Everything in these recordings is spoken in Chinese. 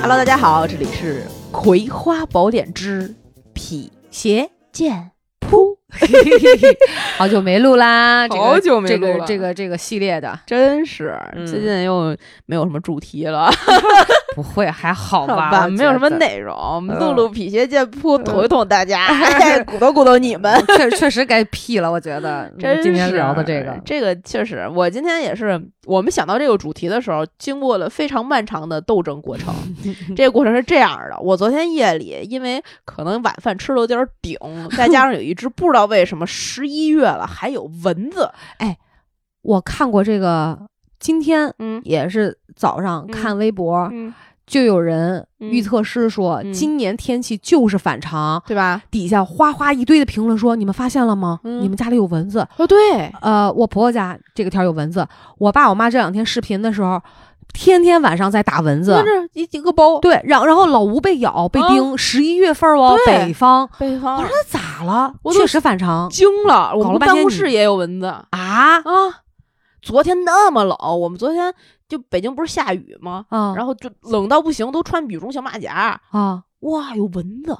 Hello，大家好，这里是《葵花宝典之辟邪剑谱 好久没录啦，》，这个好久没录了，这个这个这个系列的，真是嗯最近又没有什么主题了，不会还好 好吧？我嗯没有什么 觉得，内容，我们录录辟邪剑谱，捅一捅大 家，哎鼓捣鼓捣你们。确确实该屁了，我觉得。嗯真是今天聊的这个，这个确实，我今天也是，我们想到这个主题的时候，经过了非常漫长的斗争 过程。这个过程是这样的：我昨天夜里因为可能晚饭吃的有点顶，再加上有一只不知道为什么十一月了还有蚊子，我看过这个，今天嗯也是早上嗯看微博，嗯，就有人预测师说嗯今年天气就是反常，对吧？底下哗哗一堆的评论说你们发现了吗？嗯你们家里有蚊子。哦，对，呃，我婆婆家这个天儿有蚊子，我爸我妈这两天视频的时候，天天晚上在打蚊子跟。着一一个包，对，然然后老吴被咬被叮，十一、月份儿哦，啊对北方，北我方说咋了？我都确实反常惊了，我搞们了半天办公你室也有蚊子啊。啊昨天那么冷，我们昨天就北京不是下雨吗？啊然后就冷到不行，都穿羽绒小马甲。啊！哇，有蚊子，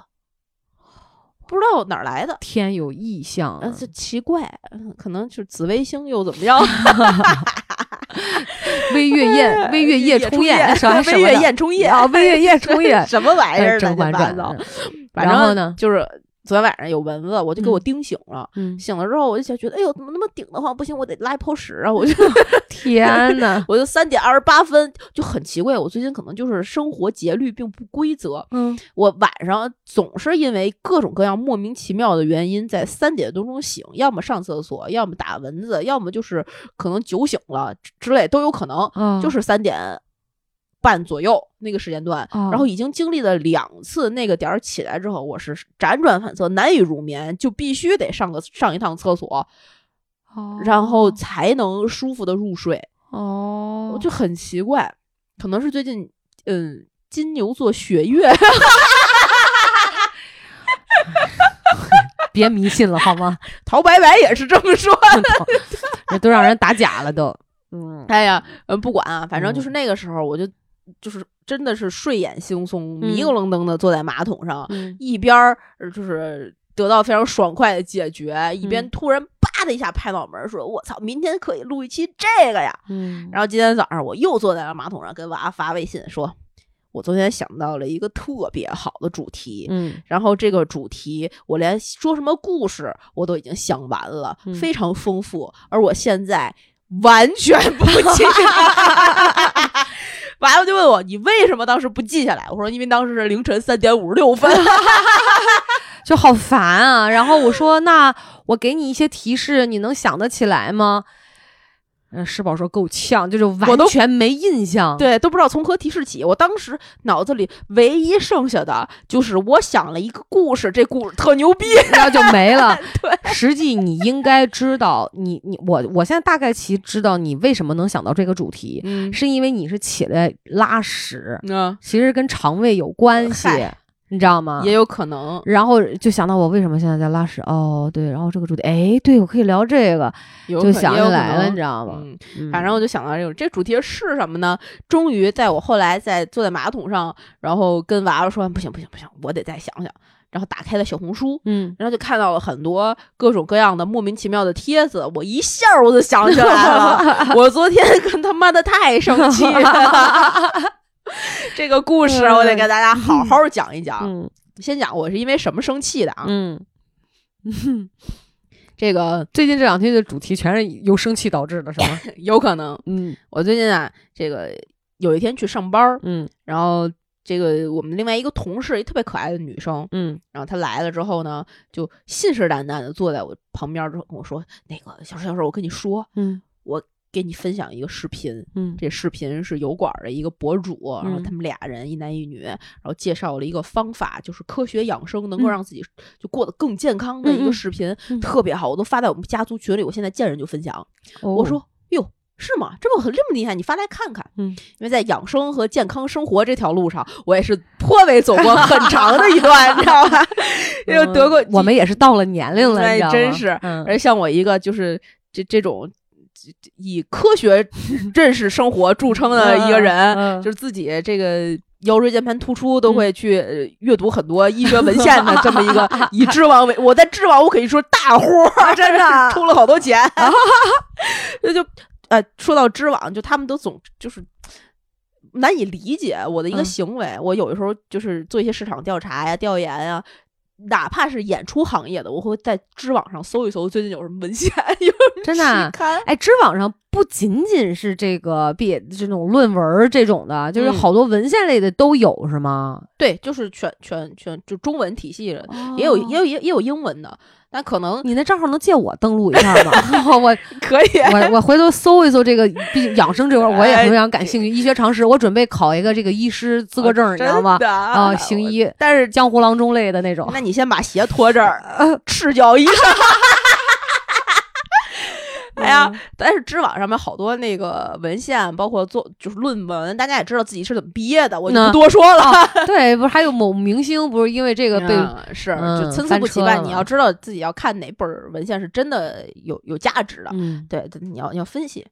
不知道哪儿来的，天有异象呃，啊，这奇怪，嗯可能就是紫微星又怎么样？微月 宴， 微月夜冲冲宴，什么 什微么月的夜冲夜 啊，微月夜冲 宴，什么玩意哎儿？甄嬛乱七传八糟。，反然后正呢？就是昨天晚上有蚊子，我就给我叮醒了。嗯，醒了之后，我就想觉得，哎呦，怎么那么顶得慌？不行，我得拉一泡屎啊！我就天呐 ，我就三点二十八分，就很奇怪。我最近可能就是生活节律并不规则，嗯，我晚上总是因为各种各样莫名其妙的原因，在三点多钟醒，要么上厕所，要么打蚊子，要么就是可能酒醒了之之类都有可能，啊就是三点半左右那个时间段。啊然后已经经历了两次那个点儿起来之后，我是辗转反侧，难以入眠，就必须得上个上一趟厕所，哦然后才能舒服的入睡。哦，我就很奇怪，可能是最近嗯金牛座血月。 别迷信了好吗？陶白白也是这么说。这 都让人打假了都，嗯哎呀， 嗯，不管啊，反正就是那个时候，我就就是真的是睡眼惺忪、迷糊愣登的坐在马桶上，嗯一边儿呃就是得到非常爽快的解决，一边嗯突然啪的一下拍脑门儿说：“我操，明天可以录一期这个呀！”嗯，然后今天早上我又坐在了马桶上，给娃发微信说：“我昨天想到了一个特别好的主题，嗯然后这个主题，我连说什么故事我都已经想完了，嗯非常丰富，而我现在完全不记。 娃娃就问我：“你为什么当时不记下来？”我说：“因为当时是凌晨三点五十六分。就好烦啊。然后我说，那我给你一些提示，你能想得起来吗？嗯，世宝说够呛，就是我都完全没印 象。，对，都不知道从何提示起。我当时脑子里唯一剩下的就是我想了一个故事，这故事特牛逼。然后就没了。 对，实际你应该知道，你你我我现在大概其知道你为什么能想到这个主题，嗯是因为你是起来拉屎，嗯，其实跟肠胃有关系嗨，你知道吗？也有可能。然后就想到我为什么现在在拉屎哦，对，然后这个主题，哎，对我可以聊这个，有就可想也起有可来了，能你知道吗？嗯，嗯反正我就想到这个，这主题是什么呢？终于在我后来在坐在马桶上，然后跟娃娃说不行不行不行，我得再想想。然后打开了小红书，嗯，然后就看到了很多各种各样的莫名其妙的帖子，我一下儿我就想起来 了。我昨天跟他妈的太生气 了。这个故事我得给大家好好讲一讲。嗯先讲我是因为什么生气啊的啊？嗯，这个最近这两天的主题全是由生气导致的，是吗？有可能， 嗯我最近啊，这个有一天去上班儿，嗯然后这个我们另外一个同事，一特别可爱的女生，嗯然后她来了之后呢，就信誓旦旦的坐在我旁边儿，之后跟我说：“那个小石小石，我跟你说，嗯给你分享一个视频。嗯这视频是油管儿的一个博主，然后嗯他们俩人一男一女，然后介绍了一个方法，就是科学养生，能够嗯让自己就过得更健康的一嗯个嗯视频，嗯特别好，我都发在我们家族群里，我现在见人就分享。哦我说哟。是吗？这么这么厉害，你发来看看。嗯因为在养生和健康生活这条路上，我也是颇为走过 很长的一段，你知道吧？因为德国，嗯我们也是到了年龄了，哎你知道吗真是嗯而像我一个就是这这种这这以科学认识生活著称的一个人，嗯嗯就是自己这个腰椎间盘突出都会去呃阅读很多医学文献的这么一 个以知网为我在知网我可以说大户儿， 真的充了好多钱， 这就呃说到知网，就他们都总就是。难以理解我的一个嗯行为，我有的时候就是做一些市场调查呀、调研呀，哪怕是演出行业的，我会在知网上搜一搜最近有什么文献， 有什么真的啊期刊，哎，知网上不仅仅是这个毕业这种论文儿这种的，就是嗯好多文献类的都有，是吗？对，就是全全全就中文体系的，也有也有有，也也有英文的，但可 能你那账号能借我登录一下 吗？我可以我我回头搜一搜这个，毕竟养生这哎块儿我也非常感兴趣，医学常识，我准备考一个这个医师资格证，你知道吗？啊啊，行医，但是江湖郎中类的那种。那你先把鞋脱这 儿，赤脚医生。哎呀， 嗯但是知网上面好多那个文献，包括做就是论文，大家也知道自己是怎么毕业的，我就那不多说了。嗯，对，不是还有某明星不是因为这个被嗯是就嗯参差翻不齐车吧？了你嘛要知道自己要看哪本儿文献是真的有有价值的，嗯对，你要你要分析。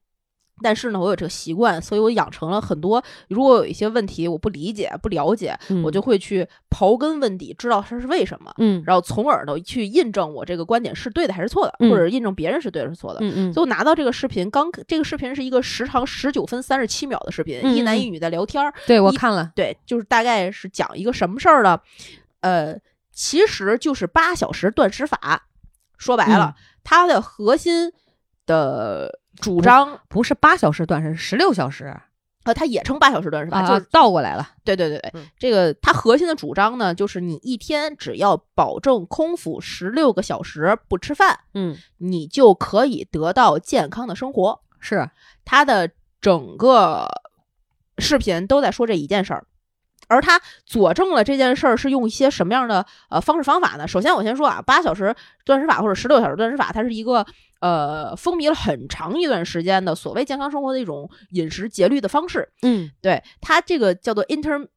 但是呢，我有这个习惯，所以我养成了很多。如果有一些问题我不理解、不了解，嗯我就会去刨根问底，知道它是为什么，嗯然后从而呢去印证我这个观点是对的还是错的，嗯或者印证别人是对还是错的。嗯嗯所以我拿到这个视频，刚这个视频是一个时长十九分三十七秒的视频，一嗯男一女在聊天儿，对我一看了，对，就是大概是讲一个什么事儿呢？呃，其实就是八小时断食法。说白嗯了，它的核心的主张，不是八小时断食，十六小时呃，它也称八小时断食法，啊，就是倒过来了。对对对对，嗯这个它核心的主张呢，就是你一天只要保证空腹十六个小时不吃饭，嗯，你就可以得到健康的生活。是，它的整个视频都在说这一件事儿。而他佐证了这件事儿是用一些什么样的呃方式方法呢？首先，我先说啊，八小时断食法或者十六小时断食法，它是一个呃风靡了很长一段时间的所谓健康生活的一种饮食节律的方式。嗯对它这个叫做 inter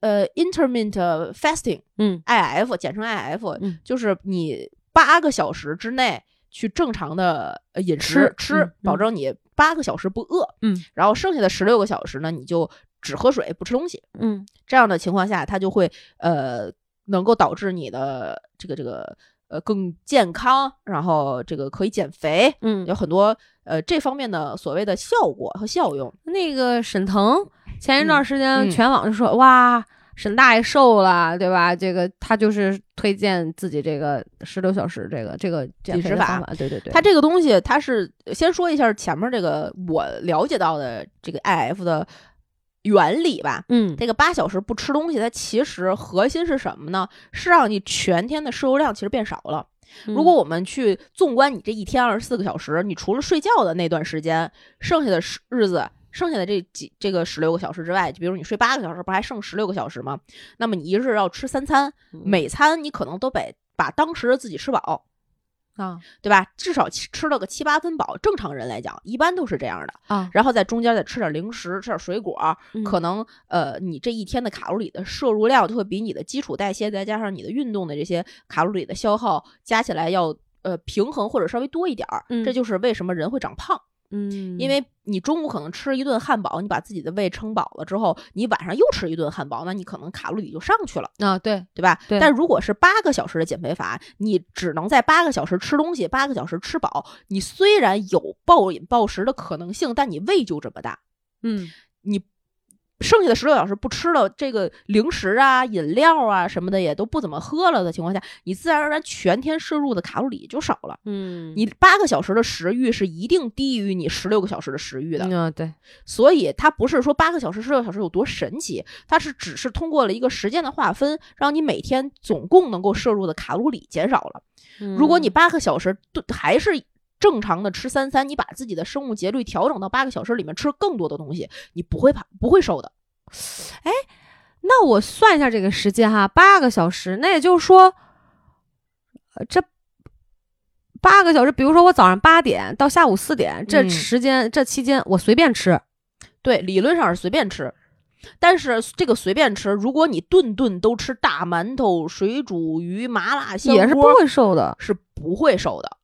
呃 intermittent fasting（IF），嗯简称 IF，、嗯就是你八个小时之内去正常的呃饮食吃嗯保嗯证你八个小时不饿，嗯，然后剩下的十六个小时呢，你就只喝水不吃东西。嗯这样的情况下，它就会呃能够导致你的这个这个呃更健康，然后这个可以减肥，嗯有很多呃这方面的所谓的效果和效用。那个沈腾前一段嗯时间嗯全网就说、哇，沈大爷瘦了，对吧？这个他就是推荐自己这个十六小时这个这个减饮肥食的法方法，对对对，它这个东西，它是先说一下前面这个我了解到的这个 IF 的原理吧。嗯这个八小时不吃东西，它其实核心是什么呢？是让你全天的摄入量其实变少了。嗯如果我们去纵观你这一天二十四个小时，你除了睡觉的那段时间，剩下的时日子，剩下的这几这个十六个小时之外，就比如你睡八个小时，不还剩十六个小时吗？那么你一日要吃三餐，每餐你可能都得把当时的自己吃饱。嗯啊对吧？至少吃吃了个七八分饱，正常人来讲，一般都是这样的。啊，嗯然后在中间再吃点零食，吃点水果，可能呃，你这一天的卡路里的摄入量就会比你的基础代谢，再加上你的运动的这些卡路里的消耗，加起来要呃平衡或者稍微多一点儿。嗯这就是为什么人会长胖，嗯，因为你中午可能吃一顿汉堡，你把自己的胃撑饱了之后，你晚上又吃一顿汉堡，那你可能卡路里就上去了。啊对对吧？对但如果是八个小时的减肥法，你只能在八个小时吃东西，八个小时吃饱。你虽然有暴饮暴食的可能性，但你胃就这么大，嗯你剩下的十六小时不吃了这个零食啊、饮料啊什么的也都不怎么喝了的情况下，你自然而然全天摄入的卡路里就少了。嗯你八个小时的食欲是一定低于你十六个小时的食欲的，啊对所以它不是说八个小时、十六小时有多神奇，它是只是通过了一个时间的划分，让你每天总共能够摄入的卡路里减少了。嗯如果你八个小时都还是正常的吃三餐，你把自己的生物节律调整到八个小时里面吃更多的东西，你不会胖，不会瘦的。那我算一下这个时间哈，八个小时，那也就是说，呃这八个小时，比如说我早上八点到下午四点，这嗯时间、这期间我随便吃，对，理论上是随便吃。但是这个随便吃，如果你顿顿都吃大馒头、水煮鱼、麻辣香锅，也是不会瘦的。是不会瘦的。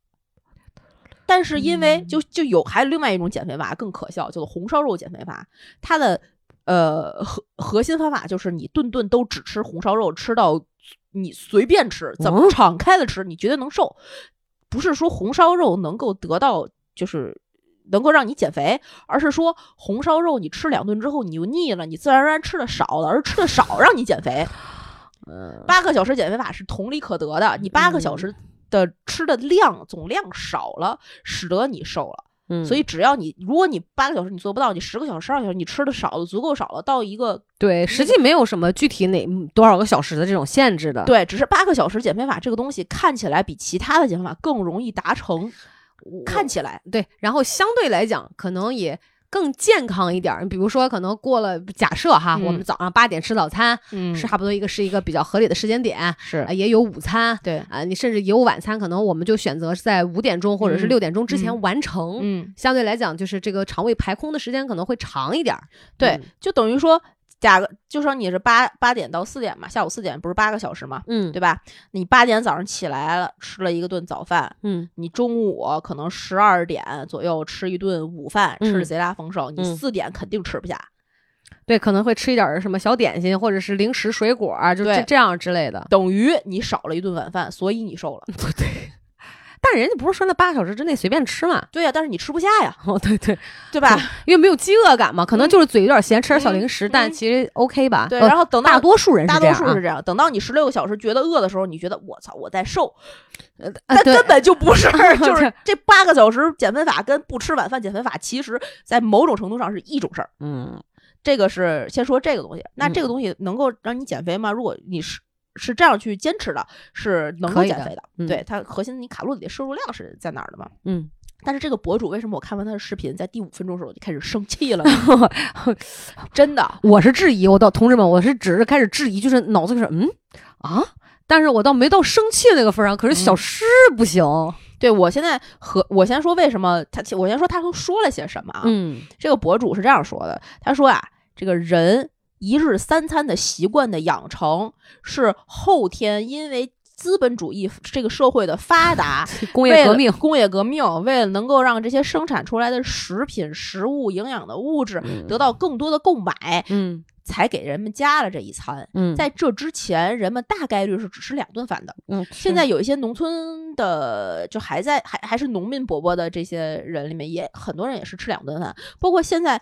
但是因为嗯就就有还有另外一种减肥法更可笑，叫做红烧肉减肥法，它的呃核核心方法就是你顿顿都只吃红烧肉，吃到你随便吃，怎么嗯敞开了吃，你绝对能瘦。不是说红烧肉能够得到就是。能够让你减肥，而是说红烧肉你吃两顿之后你就腻了，你自然而然吃的少了，而吃的少让你减 肥。嗯八个小时减肥法是同理可得的，你八个小时的吃的量总量少了，使得你瘦了。嗯，所以只要你，如果你八个小时你做不到，你十个小时、十二小时你吃的少了，足够少了，到一个对，实际没有什么具体哪嗯多少个小时的这种限制的。，对，只是八个小时减肥法这个东西看起来比其他的减肥法更容易达成，看起来对，然后相对来讲，可能也更健康一点儿。你比如说，可能过了假设哈，嗯我们早上八点吃早餐、嗯是差不多一个是一个比较合理的时间点，是啊，也有午餐对，啊、你甚至有晚餐，可能我们就选择是在五点钟或者是嗯六点钟之嗯前完成。嗯，相对来讲，就是这个肠胃排空的时间可能会长一点儿。对，就等于说假个，就说你是八八点到四点嘛，下午四点不是八个小时嘛，嗯，对吧？你八点早上起来了，吃了一个顿早饭，嗯你中午可能十二点左右吃一顿午饭，嗯吃的贼拉丰盛，你嗯四点肯定吃不下。嗯，对，可能会吃一点儿什么小点心或者是零食、水果啊，就对这这样之类的。等于你少了一顿晚饭，所以你瘦了。但人家不是说那八个小时之内随便吃嘛？对呀、但是你吃不下呀，哦，对对，对 吧？因为没有饥饿感嘛，可能就是嘴有点咸，吃点小零食，嗯但嗯其实 OK 吧？对，呃然后等到大多数人大是多这样啊数是这样，等到你十六个小时觉得饿的时候，你觉得我操我在瘦，啊但对，根本就不是 就是这八个小时减肥法跟不吃晚饭减肥法，其实在某种程度上是一种事儿。嗯这个是先说这个东西，那嗯这个东西能够让你减肥吗？如果你是是这样去坚持的，是能够可以减的肥的。嗯对，它核心你卡路里的摄入量是在哪儿的嘛？嗯，但是这个博主为什么我看完他的视频，在第五分钟的时候我就开始生气了呢？ 真的，我是质疑，我到同志们，我是只是开始质疑，就是脑子就是嗯啊，但是我倒没到生气的那个份儿上，可是嗯小啊诗不行，对我现在和我先说为什么他，我先说他都说了些什么啊？嗯这个博主是这样说的，他说啊，这个人一日三餐的习惯的养成是后天因为资本主义这个社会的发达，工业革为命了工业革命为了能够让这些生产出来的食品、食物、营养的物质得到更多的购买，嗯才给人们加了这一餐。嗯，在这之前，人们大概率是只吃两顿饭的。嗯现在有一些农村的，就还在还还是农民伯伯的这些人里面，也很多人也是吃两顿饭，包括现在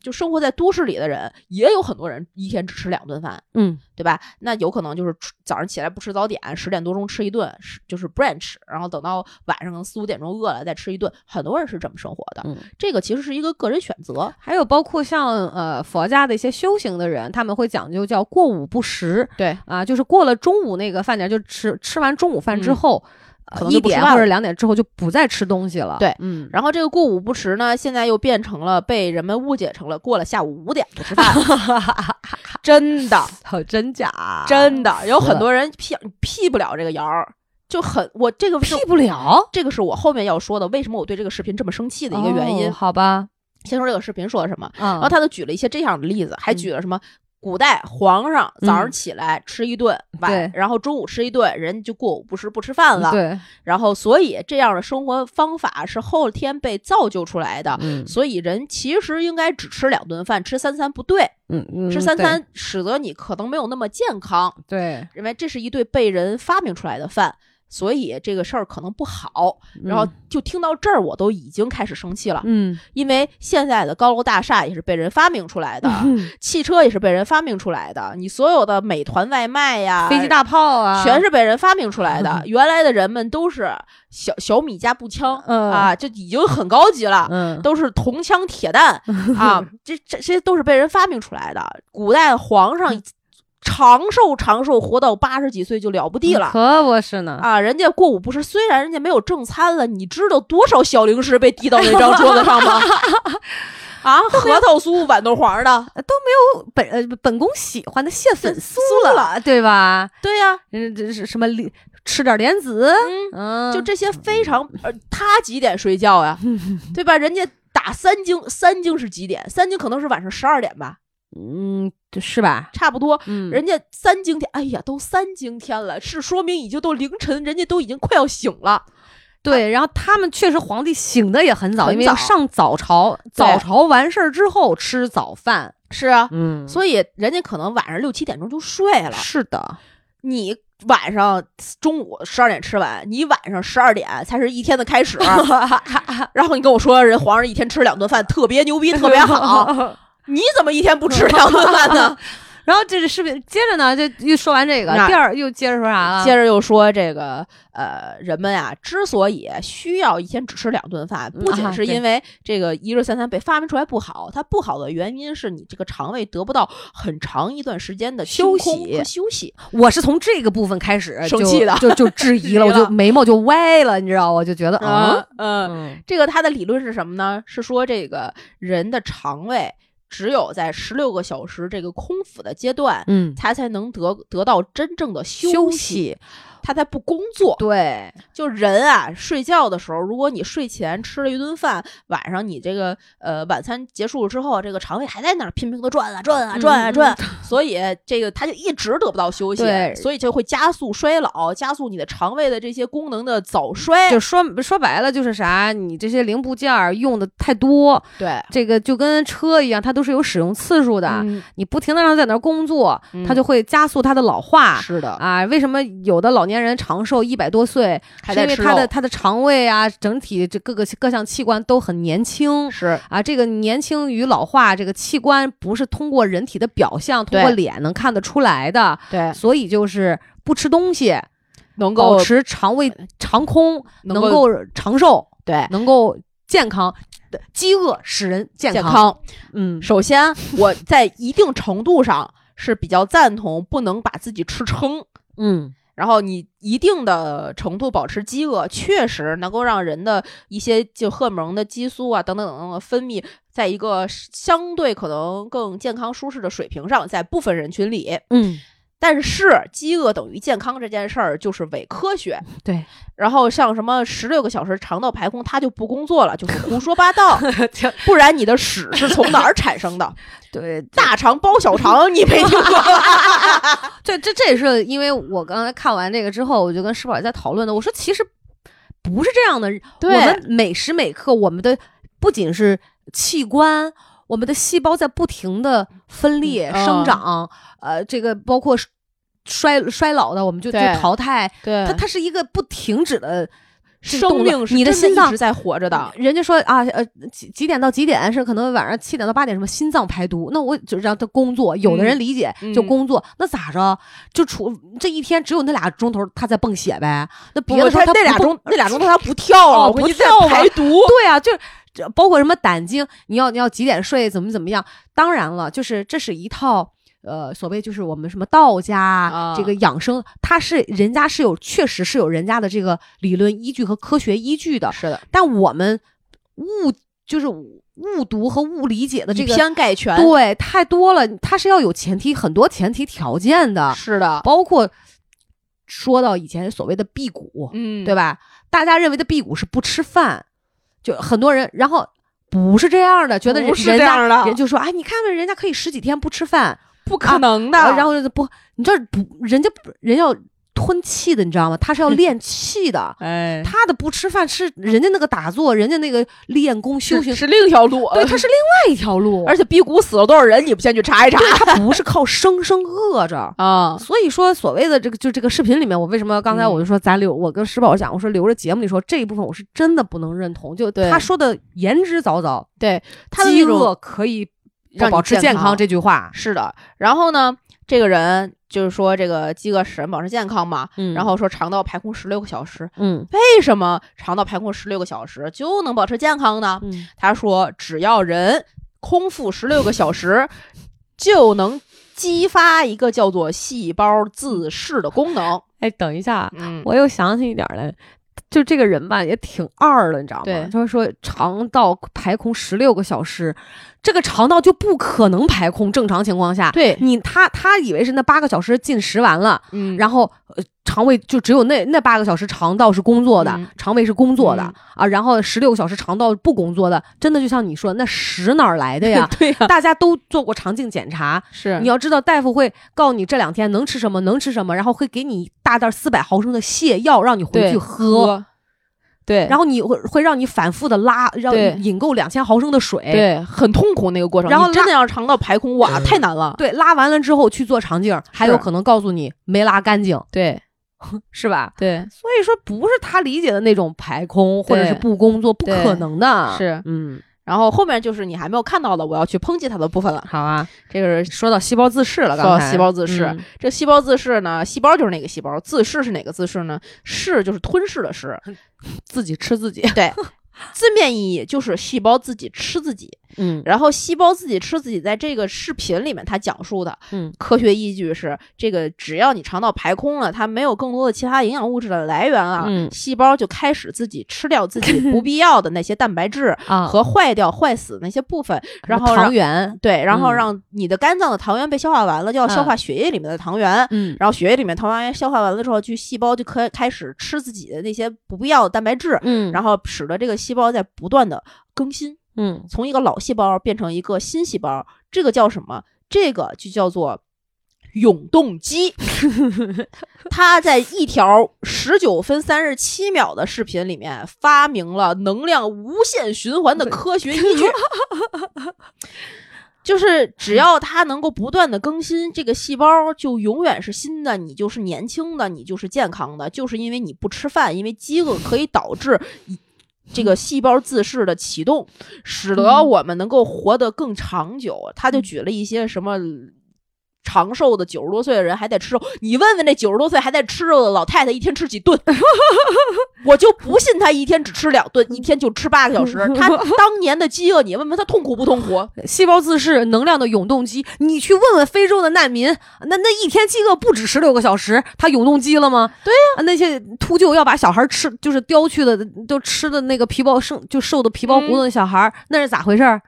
就生活在都市里的人，也有很多人一天只吃两顿饭，嗯对吧？那有可能就是吃早上起来不吃早点，十点多钟吃一顿，是就是 brunch，然后等到晚上可能四五点钟饿了再吃一顿，很多人是这么生活的。嗯这个其实是一个个人选择，还有包括像呃佛家的一些修行的人，他们会讲究叫过午不食，对，啊，就是过了中午那个饭点，就吃吃完中午饭之嗯后，呃可能一就不吃点饭或者了两点之后就不再吃东西了。对嗯，然后这个过午不食呢，现在又变成了被人们误解成了过了下午五点不吃饭， 真的好真假， 真的有死很了多人辟辟不了这个谣儿，就很我这个是辟不了这个是我后面要说的，为什么我对这个视频这么生 气的一个原因。哦好吧？先说这个视频说了什么，啊然后他就举了一些这样的例子，还举了什么。古代皇上早上嗯起来吃一顿，晚对嗯然后中午吃一顿，人就过午不食不吃饭了。对，然后，所以这样的生活方法是后天被造就出来的。嗯所以人其实应该只吃两顿饭，吃三餐不对，嗯吃三餐使得你可能没有那么健康，对，认为这是一对被人发明出来的饭，所以这个事儿可能不好。对然后就听到这儿，我都已经开始生气了，嗯因为现在的高楼大厦也是被人发明出来的，嗯汽车也是被人发明出来的，你所有的美团外卖呀，飞机。大嗯炮啊，哎全是被人发明出来的，原来的人们都是小小米加步枪、嗯啊，这已经很高级了。嗯都是铜枪铁 弹啊，这这些都是被人发明出来的。古代皇嗯上长寿长寿，活到八十几岁就了不地了。嗯可不是呢。啊，人家过午不食，虽然人家没有正餐了，你知道多少小零食被递到那张桌子上 吗？啊，核桃酥、豌豆黄的，本呃本宫喜欢的蟹粉酥酥了了，对吧？对呀、嗯，这是什么梨？吃点莲子，嗯，嗯，就这些非常呃，他几点睡觉 呀？对吧？人家打三更，三更是几点？三更可能是晚上十二点吧，嗯，是吧？差不多。嗯，人家三更天，哎呀，都三更天了，是说明已经都凌晨，人家都已经快要醒了。对，然后他们确实皇帝醒的也很早，很因为要早上早朝，对早朝完事儿之后吃早饭。是啊，嗯所以人家可能晚上六七点钟就睡了，是 的，你晚上中午十二点吃完，你晚上十二点才是一天的开始。然后你跟我说，人皇上一天吃两顿饭，特别牛逼，特别 好。。 你怎么一天不吃两顿饭呢？然后这是视频，接着呢，就又说完这个那，第二又接着说啥了？接着又说这个呃，人们啊，之所以需要一天只吃两顿饭，嗯不仅啊是对因为这个一日三餐被发明出来不好，它不好的原因是你这个肠胃得不到很长一段时间的清休空息和休息。我是从这个部分开始生就气的就就 质疑了，质疑我了就眉毛就歪了，你知道，我就觉得啊，嗯，嗯这个它的理论是什么呢？是说这个人的肠胃只有在十六个小时这个空腹的阶段，嗯，它才能得得到真正的休休息息，它才不工作。对，就人啊，睡觉的时候，如果你睡前吃了一顿饭，晚上你这个呃晚餐结束了之后，啊这个肠胃还在那儿拼命的转啊转啊转啊嗯转，所以这个它就一直得不到休息对，所以就会加速衰老，加速你的肠胃的这些功能的早衰。就说说白了就是啥，你这些零部件儿用的太多，对，这个就跟车一样，它都是有使用次数的，嗯你不停的让它在那儿工作，嗯它就会加速它的老化。是的，啊，为什么有的老年人长寿一百多岁，还是在因为吃他的肉。他的肠胃啊，整体这各个各项器官都很年轻是啊。这个年轻与老化，这个器官不是通过人体的表象，通对过脸能看得出来的，对，所以就是不吃东西，能够呃保持肠胃长空，能够够长寿，对能够健康。饥饿使人健健康，康。嗯，首先，我在一定程度上是比较赞同不能把自己吃撑，嗯，然后你一定的程度保持饥饿，确实能够让人的一些就荷尔蒙的激素啊等等等等的分泌，在一个相对可能更健康舒适的水平上，在部分人群里。嗯，但是饥饿等于健康这件事儿就是伪科学，嗯对。然后像什么十六个小时肠道排空，它就不工作了，就是胡说八 道。就不然你的屎是从哪儿产生 的？对，大肠包小肠，你没听 过？这这这也是因为我刚才看完这个之后，我就跟师宝在讨论的，我说其实不是这样的，我们每时每刻我们的不仅是器官。我们的细胞在不停的分裂、嗯生长，呃，这个包括衰衰老的，我们就就对淘汰，对它它是一个不停止的这生个动命作是你的真的心一脏直在活着的。人家说啊，呃，几几点到几点是可能晚上七点到八点什么心脏排毒，那我就让他工作。有的人理解、嗯就工作，那咋着？就除这一天只有那俩钟头他在蹦血呗，那别不的时候他他那俩不 蹦钟那俩钟头他不跳了，哦我估计不在跳了排 毒。对啊，就是这包括什么胆经，你要你要几点睡，怎么怎么样。当然了，就是这是一套。呃，所谓就是我们什么道家、啊这个养生，它是人家是有确实是有人家的这个理论依据和科学依据的，是的，但我们误就是误读和误理解的这以个偏概全。对太多了，它是要有前提很多前提条件的，是的，包括说到以前所谓的辟谷，嗯对吧？吧？大家认为的辟谷是不吃饭，就很多人，然后不是这样的，觉得人不是这样人的啊家人就说，哎，你看看人家可以十几天不吃饭，不可能的。然后然后就是不，你这不人家人要吞气的，你知道吗？他 是要练气的。哎，他的不吃饭是人家那个打坐，人家那个练功修行，是另一条路。啊对，他是另外一条路，而且辟谷死了多少人，你不先去查一查对他不是靠生生饿着。啊？所以说，所谓的这个就这个视频里面，我为什么刚才嗯我就说咱留，我跟石宝讲，我说留着节目里说这一部分，我是真的不能认同。就对他说的言之凿凿，对，他的饥那种饿可以让你保持健健康这句话，是的。然后呢，这个人就是说这个饥饿使人保持健康嘛，嗯然后说肠道排空十六个小时，嗯为什么肠道排空十六个小时就能保持健康呢？嗯他说，只要人空腹十六个小时，就能激发一个叫做细胞自噬的功能。哎，等一下，嗯，我又想起一点儿来，就这个人吧，也挺二的，你知道对吗？就是说肠道排空十六个小时，这个肠道就不可能排空，正常情况下。对，你他他以为是那八个小时进食完了，嗯然后、呃、肠胃就只有那那八个小时肠道是工作的，嗯肠胃是工作的、嗯？啊，然后十六个小时肠道不工作的，真的就像你说，那屎哪儿来的呀 对呀、大家都做过肠镜检查，是你要知道，大夫会告诉你这两天能吃什么，能吃什么，然后会给你一大袋四百毫升的泻药，让你回对去喝。对，然后你会会让你反复的拉，让对你引够两千毫升的水，对，很痛苦那个过程，然后你真拉的要尝到排空，哇，太难了。对拉完了之后去做肠镜，还有是可能告诉你没拉干净，对是吧？对，所以说不是他理解的那种排空或者对是不工作，不对可能的。是嗯，然后后面就是你还没有看到的，我要去抨击它的部分了。好啊。这个是说到细胞自噬了，说刚到才细胞自噬嗯这细胞自噬呢，细胞就是哪个细胞，自噬是哪个自噬呢？噬就是吞噬的噬，自己吃自己。对，字面意义就是细胞自己吃自己。嗯然后细胞自己吃自己，在这个视频里面它讲述的 嗯科学依据是，这个只要你肠道排空了，它没有更多的其他营养物质的来源啊，嗯细胞就开始自己吃掉自 己不必要的那些蛋白质啊，和坏掉、坏死的那些部分，然后糖让原，对，然后嗯让你的肝脏的糖原被消化完了，就要消嗯化血液里面的糖原。嗯然后血液里面糖原消化完了之后，就细胞就可开始吃自己的那些不必要的蛋白质，嗯然后使得这个细胞在不断的更新。嗯从一个老细胞变成一个新细胞，这个叫什么？这个就叫做永动机。他在一条十九分三十七秒的视频里面发明了能量无限循环的科学依据。就是只要它能够不断的更新，这个细胞就永远是新的，你就是年轻的，你就是健康的，就是因为你不吃饭，因为饥饿可以导致这个细胞自噬的启动，使得我们能够活得更长久。他就举了一些什么。长寿的九十多岁的人还在吃肉，你问问那九十多岁还在吃肉的老太太一天吃几顿？ 我就不信她一天只吃两顿，一天就吃八个小时。她当年的饥饿，你问问她痛苦不痛苦？细胞自噬能量的永动机，你去问问非洲的难民，那那一天饥饿不止十六个小时，他永动机了吗？对呀、那些秃鹫要把小孩吃，就是叼去的，都吃的那个皮包剩，就瘦的皮包骨头的小孩，嗯那是咋回事 儿？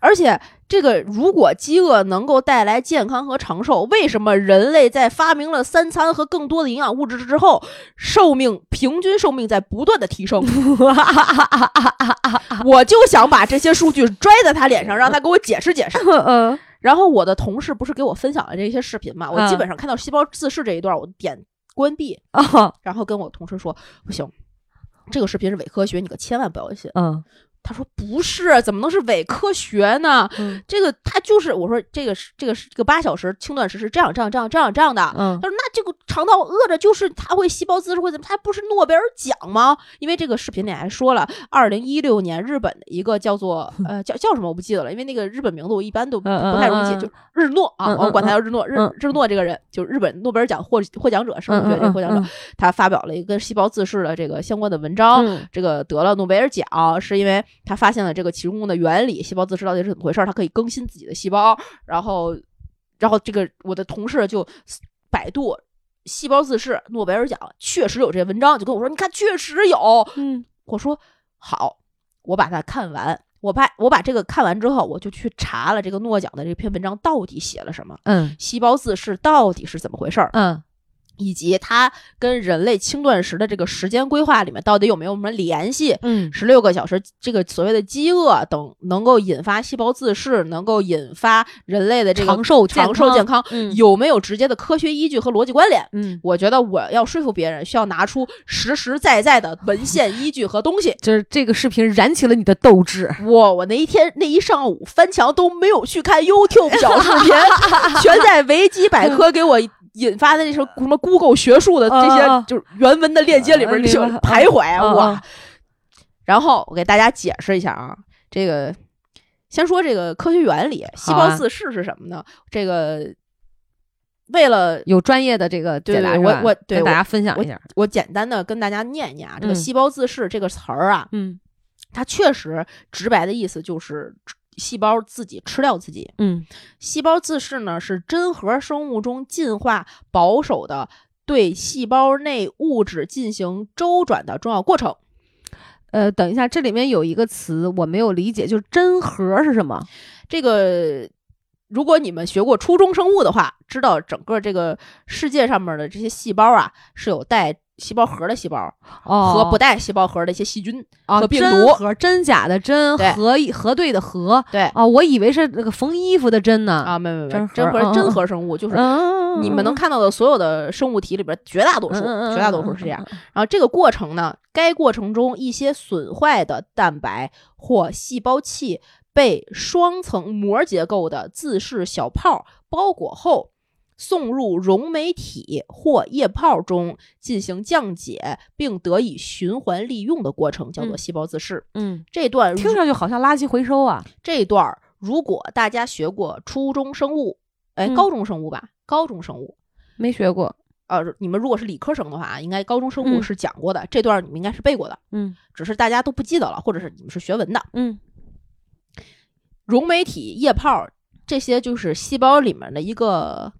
而且，这个如果饥饿能够带来健康和长寿，为什么人类在发明了三餐和更多的营养物质之后，寿命平均寿命在不断的提升？ 我就想把这些数据拽在他脸上，让他给我解释解释。嗯然后我的同事不是给我分享了这些视频嘛，我基本上看到细胞自噬这一段，我点关闭， 啊然后跟我同事说不行。这个视频是伪科学，你可千万不要信。嗯他说不是，怎么能是伪科学呢？嗯这个他就是我说这个是这个是这个八小时轻断食是这样这样这样这样这样的。嗯他说那这个肠道饿着就是它会细胞自噬会怎么？它不是诺贝尔奖吗？因为这个视频里还说了，二零一六年日本的一个叫做呃叫叫什么我不记得了，因为那个日本名字我一般都不嗯嗯太容易记，嗯嗯就日诺啊，嗯嗯我管他叫日诺。日嗯日诺这个人就是日本诺贝尔奖获获奖者，生物学嗯这个获奖者，他发表了一个跟细胞自噬的这个相关的文章。嗯这个得了诺贝尔奖，是因为他发现了这个其中的原理，细胞自噬到底是怎么回事儿，它可以更新自己的细胞。然后，然后这个我的同事就百度细胞自噬诺贝尔奖，确实有这些文章，就跟我说，你看确实有。嗯我说好，我把它看完。我把我把这个看完之后，我就去查了这个诺奖的这篇文章到底写了什么，嗯细胞自噬到底是怎么回事儿。嗯以及它跟人类轻断食的这个时间规划里面到底有没有什么联系？嗯十六个小时，这个所谓的饥饿等能够引发细胞自噬，能够引发人类的这个长寿长寿健康，嗯有没有直接的科学依据和逻辑关联？嗯，我觉得我要说服别人，需要拿出实实在在的文献依据和东西。就是这个视频燃起了你的斗志。我我那一天那一上午翻墙都没有去看 YouTube 小视频， 全在维基百科给我引发的那什么什么 Google 学术的这啊啊些就是原文的链接里啊边明就白徘徊啊哇啊。然后我给大家解释一下啊，这个先说这个科学原理，细好胞啊自噬是什么呢？这个为了有专业的这个解对答是对吧我我对跟大我家分享一下。我简单的跟大家念念啊，这个嗯细胞自噬这个词儿啊，嗯它确实直白的意思就是细胞自己吃掉自己。嗯细胞自噬呢是真核生物钟进化保守的对细胞内物质进行周转的重要过程。呃，等一下，这里面有一个词我没有理解，就是真核是什么？这个，如果你们学过初中生物的话，知道整个这个世界上面的这些细胞啊是有带细胞核的细胞哦，和不带细胞核的一些细菌。哦和病真毒核真假的真对核一核对的核对哦，我以为是那个缝衣服的针呢。啊，没有没有没有，真真核核嗯真嗯核生物就是嗯，你们能看到的所有的生物体里边，绝大多数，嗯嗯嗯绝大多数是这样。然后这个过程呢，该过程中一些损坏的蛋白或细胞器被双层膜结构的自噬小泡包裹后，送入溶酶体或液泡中进行降解，并得以循环利用的过程，叫做嗯细胞自噬。嗯，这段听上去好像垃圾回收啊。这一段儿，如果大家学过初中生物，哎，嗯高中生物吧，高中生物。没学过，呃，你们如果是理科生的话啊，应该高中生物嗯是讲过的，这段你们应该是背过的，嗯只是大家都不记得了，或者是你们是学文的。嗯溶酶体、液泡这些就是细胞里面的一个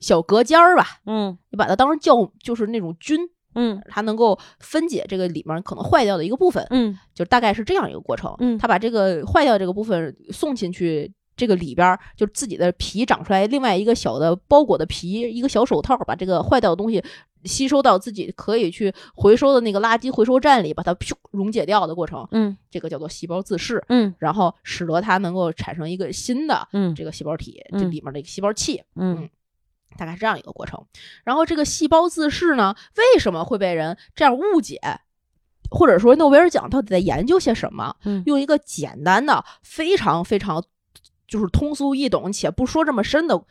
小隔间儿吧，嗯你把它当成酵，就是那种菌，嗯它能够分解这个里面可能坏掉的一个部分，嗯就大概是这样一个过程。嗯它把这个坏掉的这个部分送进去。这个里边儿就自己的皮长出来，另外一个小的包裹的皮，一个小手套，把这个坏掉的东西吸收到自己可以去回收的那个垃圾回收站里，把它咻溶解掉的过程，嗯这个叫做细胞自噬，嗯然后使得它能够产生一个新的嗯这个细胞体，嗯这里面的一个细胞器，嗯大概是这样一个过程。然后这个细胞自噬呢，为什么会被人这样误解？或者说诺贝尔奖到底在研究些什么？嗯用一个简单的、非常非常就是通俗易懂且不说这么深的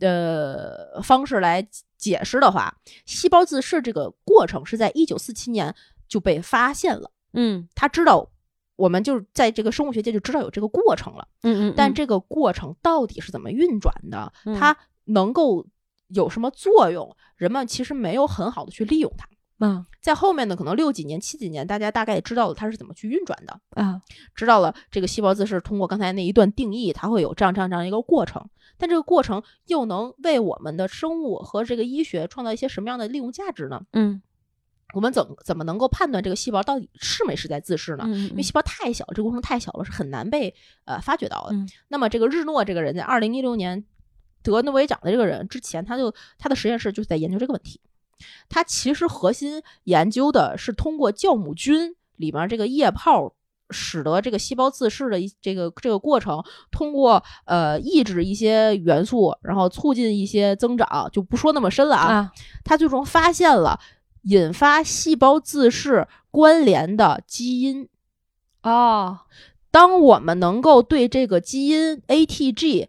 呃方式来解释的话，细胞自噬这个过程是在一九四七年就被发现了。嗯他知道我们就是在这个生物学界就知道有这个过程了，嗯，但这个过程到底是怎么运转的，嗯它能够有什么作用，人们其实没有很好的去利用它。啊在后面呢，可能六几年、七几年，大家大概也知道了它是怎么去运转的，啊知道了这个细胞自噬通过刚才那一段定义，它会有这样这样这样一个过程。但这个过程又能为我们的生物和这个医学创造一些什么样的利用价值呢？嗯我们怎怎么能够判断这个细胞到底是没是在自噬呢？嗯因为细胞太小，这个过程太小了，是很难被呃发掘到的。嗯那么这个日诺这个人在二零一六年得诺贝尔奖的这个人之前，他就他的实验室就是在研究这个问题。他其实核心研究的是通过酵母菌里面这个液泡。使得这个细胞自噬的一这个这个过程，通过呃抑制一些元素，然后促进一些增长，就不说那么深了啊他最终发现了引发细胞自噬关联的基因。哦当我们能够对这个基因 ATG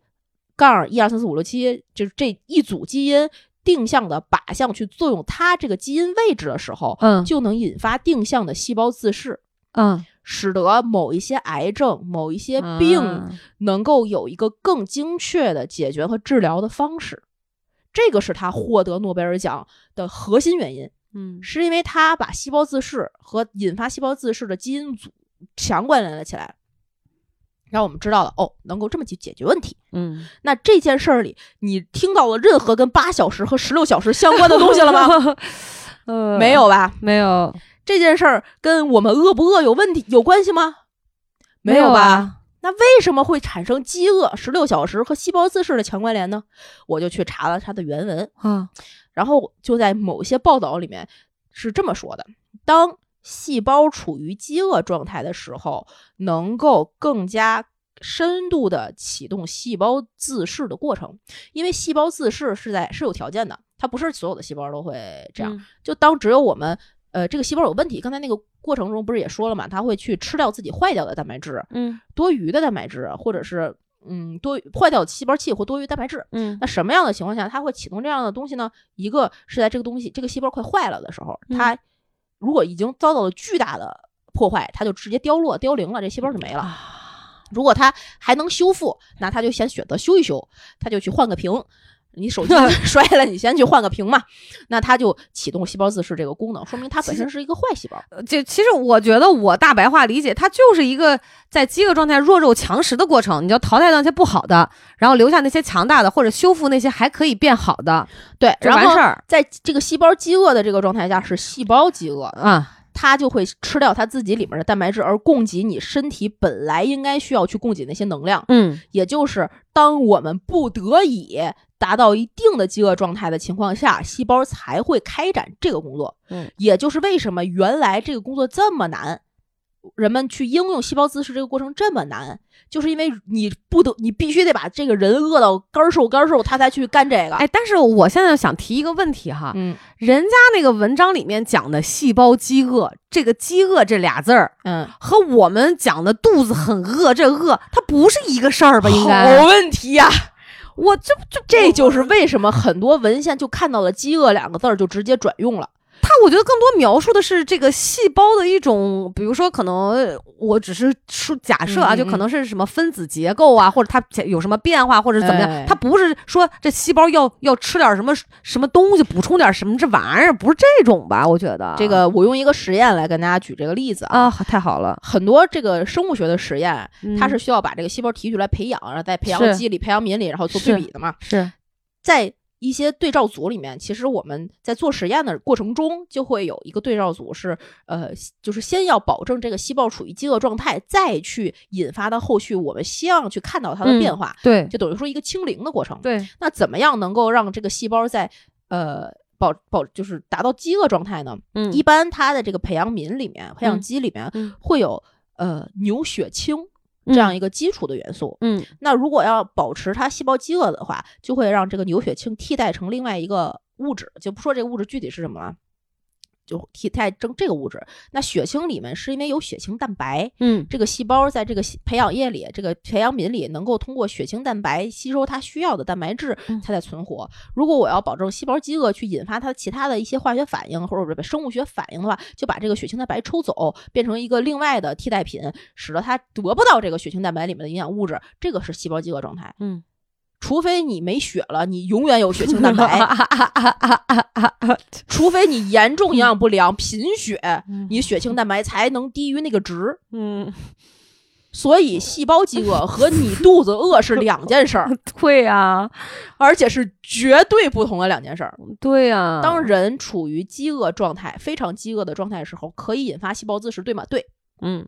杠一二三四五六七，就是这一组基因定向的靶向去作用它这个基因位置的时候，嗯就能引发定向的细胞自噬，嗯使得某一些癌症、某一些啊病能够有一个更精确的解决和治疗的方式。这个是他获得诺贝尔奖的核心原因。嗯是因为它把细胞自噬和引发细胞自噬的基因组强关联了起来，让我们知道了哦，能够这么去解决问题。嗯那这件事儿里，你听到了任何跟八小时和十六小时相关的东西了吗？ 吗？ 呃，没有吧？没有这件事儿跟我们饿不饿有问题有关系吗？没有吧？啊吧？那为什么会产生饥饿、十六小时和细胞自噬的强关联呢？我就去查了它的原文，啊然后就在某些报道里面是这么说的：当细胞处于饥饿状态的时候，能够更加深度的启动细胞自噬的过程，因为细胞自噬是在是有条件的，它不是所有的细胞都会这样。嗯就当只有我们呃这个细胞有问题，刚才那个过程中不是也说了嘛，它会去吃掉自己坏掉的蛋白质、嗯多余的蛋白质，或者是嗯多坏掉的细胞器或多余蛋白质。嗯那什么样的情况下它会启动这样的东西呢？一个是在这个东西这个细胞快坏了的时候，嗯它如果已经遭到了巨大的破坏，它就直接凋落、凋零了，这细胞就没啊了。如果它还能修复，那它就先选择修一修，它就去换个屏。你 手机摔了，你先去换个屏嘛，那它就启动细胞自噬这个功能，说明它本身是一个坏细胞。这其实我觉得我大白话理解，它就是一个在饥饿状态弱肉强食的过程，你就淘汰掉那些不好的，然后留下那些强大的，或者修复那些还可以变好的，对，就然完事后儿在这个细胞饥饿的这个状态下是细胞饥饿，啊。它就会吃掉它自己里面的蛋白质，而供给你身体本来应该需要去供给那些能量。嗯也就是当我们不得已达到一定的饥饿状态的情况下，细胞才会开展这个工作。嗯，也就是为什么原来这个工作这么难，人们去应用细胞自噬这个过程这么难，就是因为你不得你必须得把这个人饿到干瘦干瘦，他才去干这个。哎，但是我现在想提一个问题哈，嗯人家那个文章里面讲的细胞饥饿，这个饥饿这俩字儿嗯，和我们讲的肚子很饿这饿，它不是一个事儿吧？应该好问题呀、 我这这这就是为什么很多文献就看到了“饥饿”两个字儿就直接转用了。它，我觉得更多描述的是这个细胞的一种，比如说可能我只是说假设啊，嗯嗯就可能是什么分子结构啊，或者它有什么变化或者怎么样，哎它不是说这细胞要要吃点什么什么东西补充点什么这玩意儿，不是这种吧？我觉得这个我用一个实验来跟大家举这个例子啊。啊，太好了，很多这个生物学的实验，嗯它是需要把这个细胞提取来培养，然后再培是养肌里、培养皿里，然后做对比的嘛。是在一些对照组里面，其实我们在做实验的过程中，就会有一个对照组是，呃，就是先要保证这个细胞处于饥饿状态，再去引发到后续我们希望去看到它的变化，对就等于说一个清零的过程。嗯对，那怎么样能够让这个细胞在呃保保就是达到饥饿状态呢？嗯一般它的这个培养皿里面、培养基里面嗯会有呃牛血清这样一个基础的元素。嗯那如果要保持它细胞饥饿的话，就会让这个牛血清替代成另外一个物质，就不说这个物质具体是什么了。就替代成这个物质，那血清里面是因为有血清蛋白，嗯这个细胞在这个细培养液里、这个培养皿里，能够通过血清蛋白吸收它需要的蛋白质嗯，它才存活。如果我要保证细胞饥饿，去引发它其他的一些化学反应或者不是生物学反应的话，就把这个血清蛋白抽走，变成一个另外的替代品，使得它得不到这个血清蛋白里面的营养物质。这个是细胞饥饿状态。嗯，除非你没血了，你永远有血清蛋白；除非你严重营养不良、贫血，你血清蛋白才能低于那个值。嗯， 所以，细胞饥饿和你肚子饿是两件事 儿，对呀，而且是绝对不同的两件事儿。对啊呀，当人处于饥饿状态、非常饥饿的状态的时候，可以引发细胞自噬，对吗？对，嗯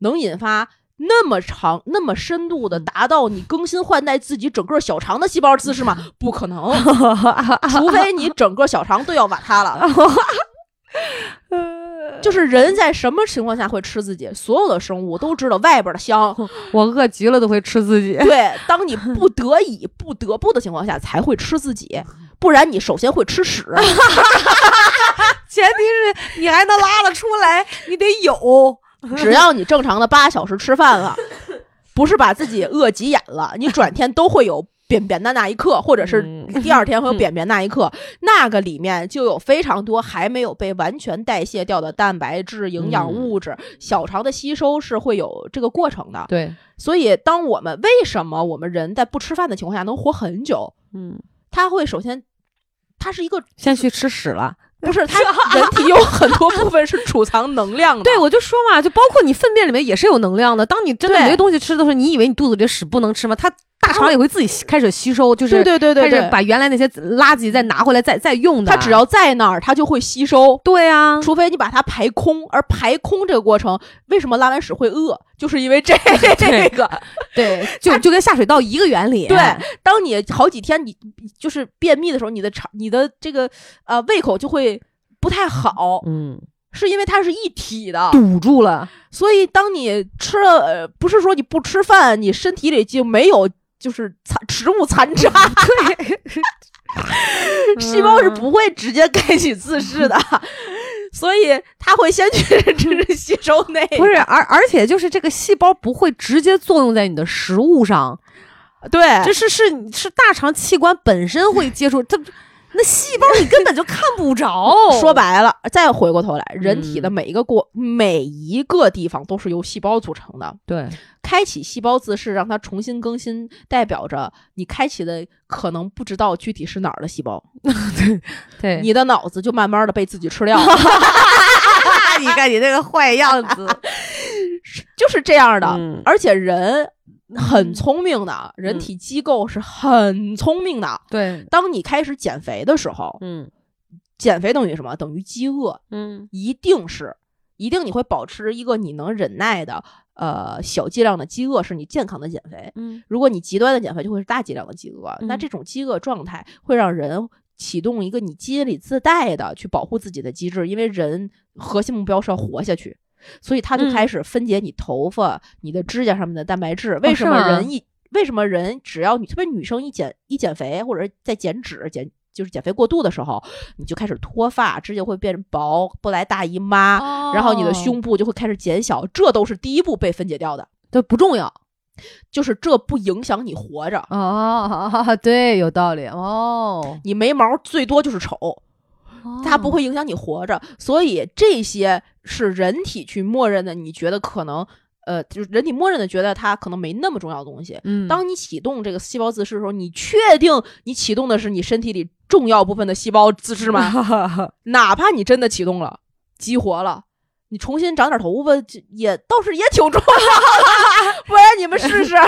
能引发那么长、那么深度的达到你更新换代自己整个小肠的细胞自噬吗？不可能，除非你整个小肠都要瓦塌了。就是人在什么情况下会吃自己？所有的生物都知道外边的香，我饿极了都会吃自 己，对，当你不得已、不得不的情况下才会吃自己，不然你首先会吃 屎。前提是你还能拉得出来，你得有，只要你正常的八小时吃饭了，不是把自己饿急眼了，你转天都会有便便的那一刻，或者是嗯第二天会有便便那一刻。那个里面就有非常多还没有被完全代谢掉的蛋白质、营养嗯物质，小肠的吸收是会有这个过程的。对，所以，当我们为什么我们人在不吃饭的情况下能活很久？嗯，它会首先，它是一个先去吃屎了。 不是，它人体有很多部分是储藏能量 的。对，我就说嘛，就包括你粪便里面也是有能量的。当你真的对没东西吃的时候，你以为你肚子里的屎不能吃吗？它大肠也会自己吸开始吸收，就是对对对对开始对，把原来那些垃圾再拿回来再再用的。它只要在那儿，它就会吸收。对啊，除非你把它排空，而排空这个过程，为什么拉完屎会饿？就是因为 这这个。 对，就就跟下水道一个原理。对，当你好几天你就是便秘的时候，你的肠、你的这个呃胃口就会不太好，嗯，是因为它是一体的。 堵住 了。所以，当你吃了，呃不是说你不吃饭，你身体里就没有就是残食物残渣，细胞嗯是不会直接开启自噬 的，所以它会先去吃吸收那个。不是，而而且就是这个细胞不会直接作用在你的食物上，对，。这是是是大肠器官本身会接触，它那细胞你根本就看不着 说白了，再回过头来，人体嗯的每一个过、每一个地方都是由细胞组成的。对，开启细胞自噬，让它重新更新，代表着你开启的可能不知道具体是哪儿的细胞，对 你的脑子就慢慢的被自己吃掉了。你看你那个坏样 子就是这样的。嗯而且人很聪明的，人体机构是很聪明的。对，当你开始减肥的时候，嗯减肥等于什么？等于饥饿，嗯一定是一定你会保持一个你能忍耐的呃小剂量的饥饿，是你健康的减肥。嗯如果你极端的减肥，就会是大剂量的饥饿。那嗯这种饥饿状态会让人启动一个你基因里自带的去保护自己的机制，因为人核心目标是要活下去，所以他就嗯哦开始分解你头发、你的指甲上面的蛋白质。为什是么吗人一、为什么人只要你特别女生一减一减肥，或者是在减脂减。就是减肥过度的时候，你就开始脱发，指甲会变薄，不来大姨妈，啊然后你的哦胸部就会开始减小，这都是第一步被分解掉的。对不重要就是这不影响你活着。哦， 对，有道理哦，你没毛最多就是丑，它不会影响你活着。所以这些是人体去默认的，你觉得可能呃，就是人体默认的觉得它可能没那么重要的东西。嗯当你启动这个细胞自噬的时候，你确定你启动的是你身体里重要部分的细胞自噬 吗？吗？哪怕你真的启动了，激活了。你重新长点头发，这也倒是也挺重要的， 不然你们试试。啊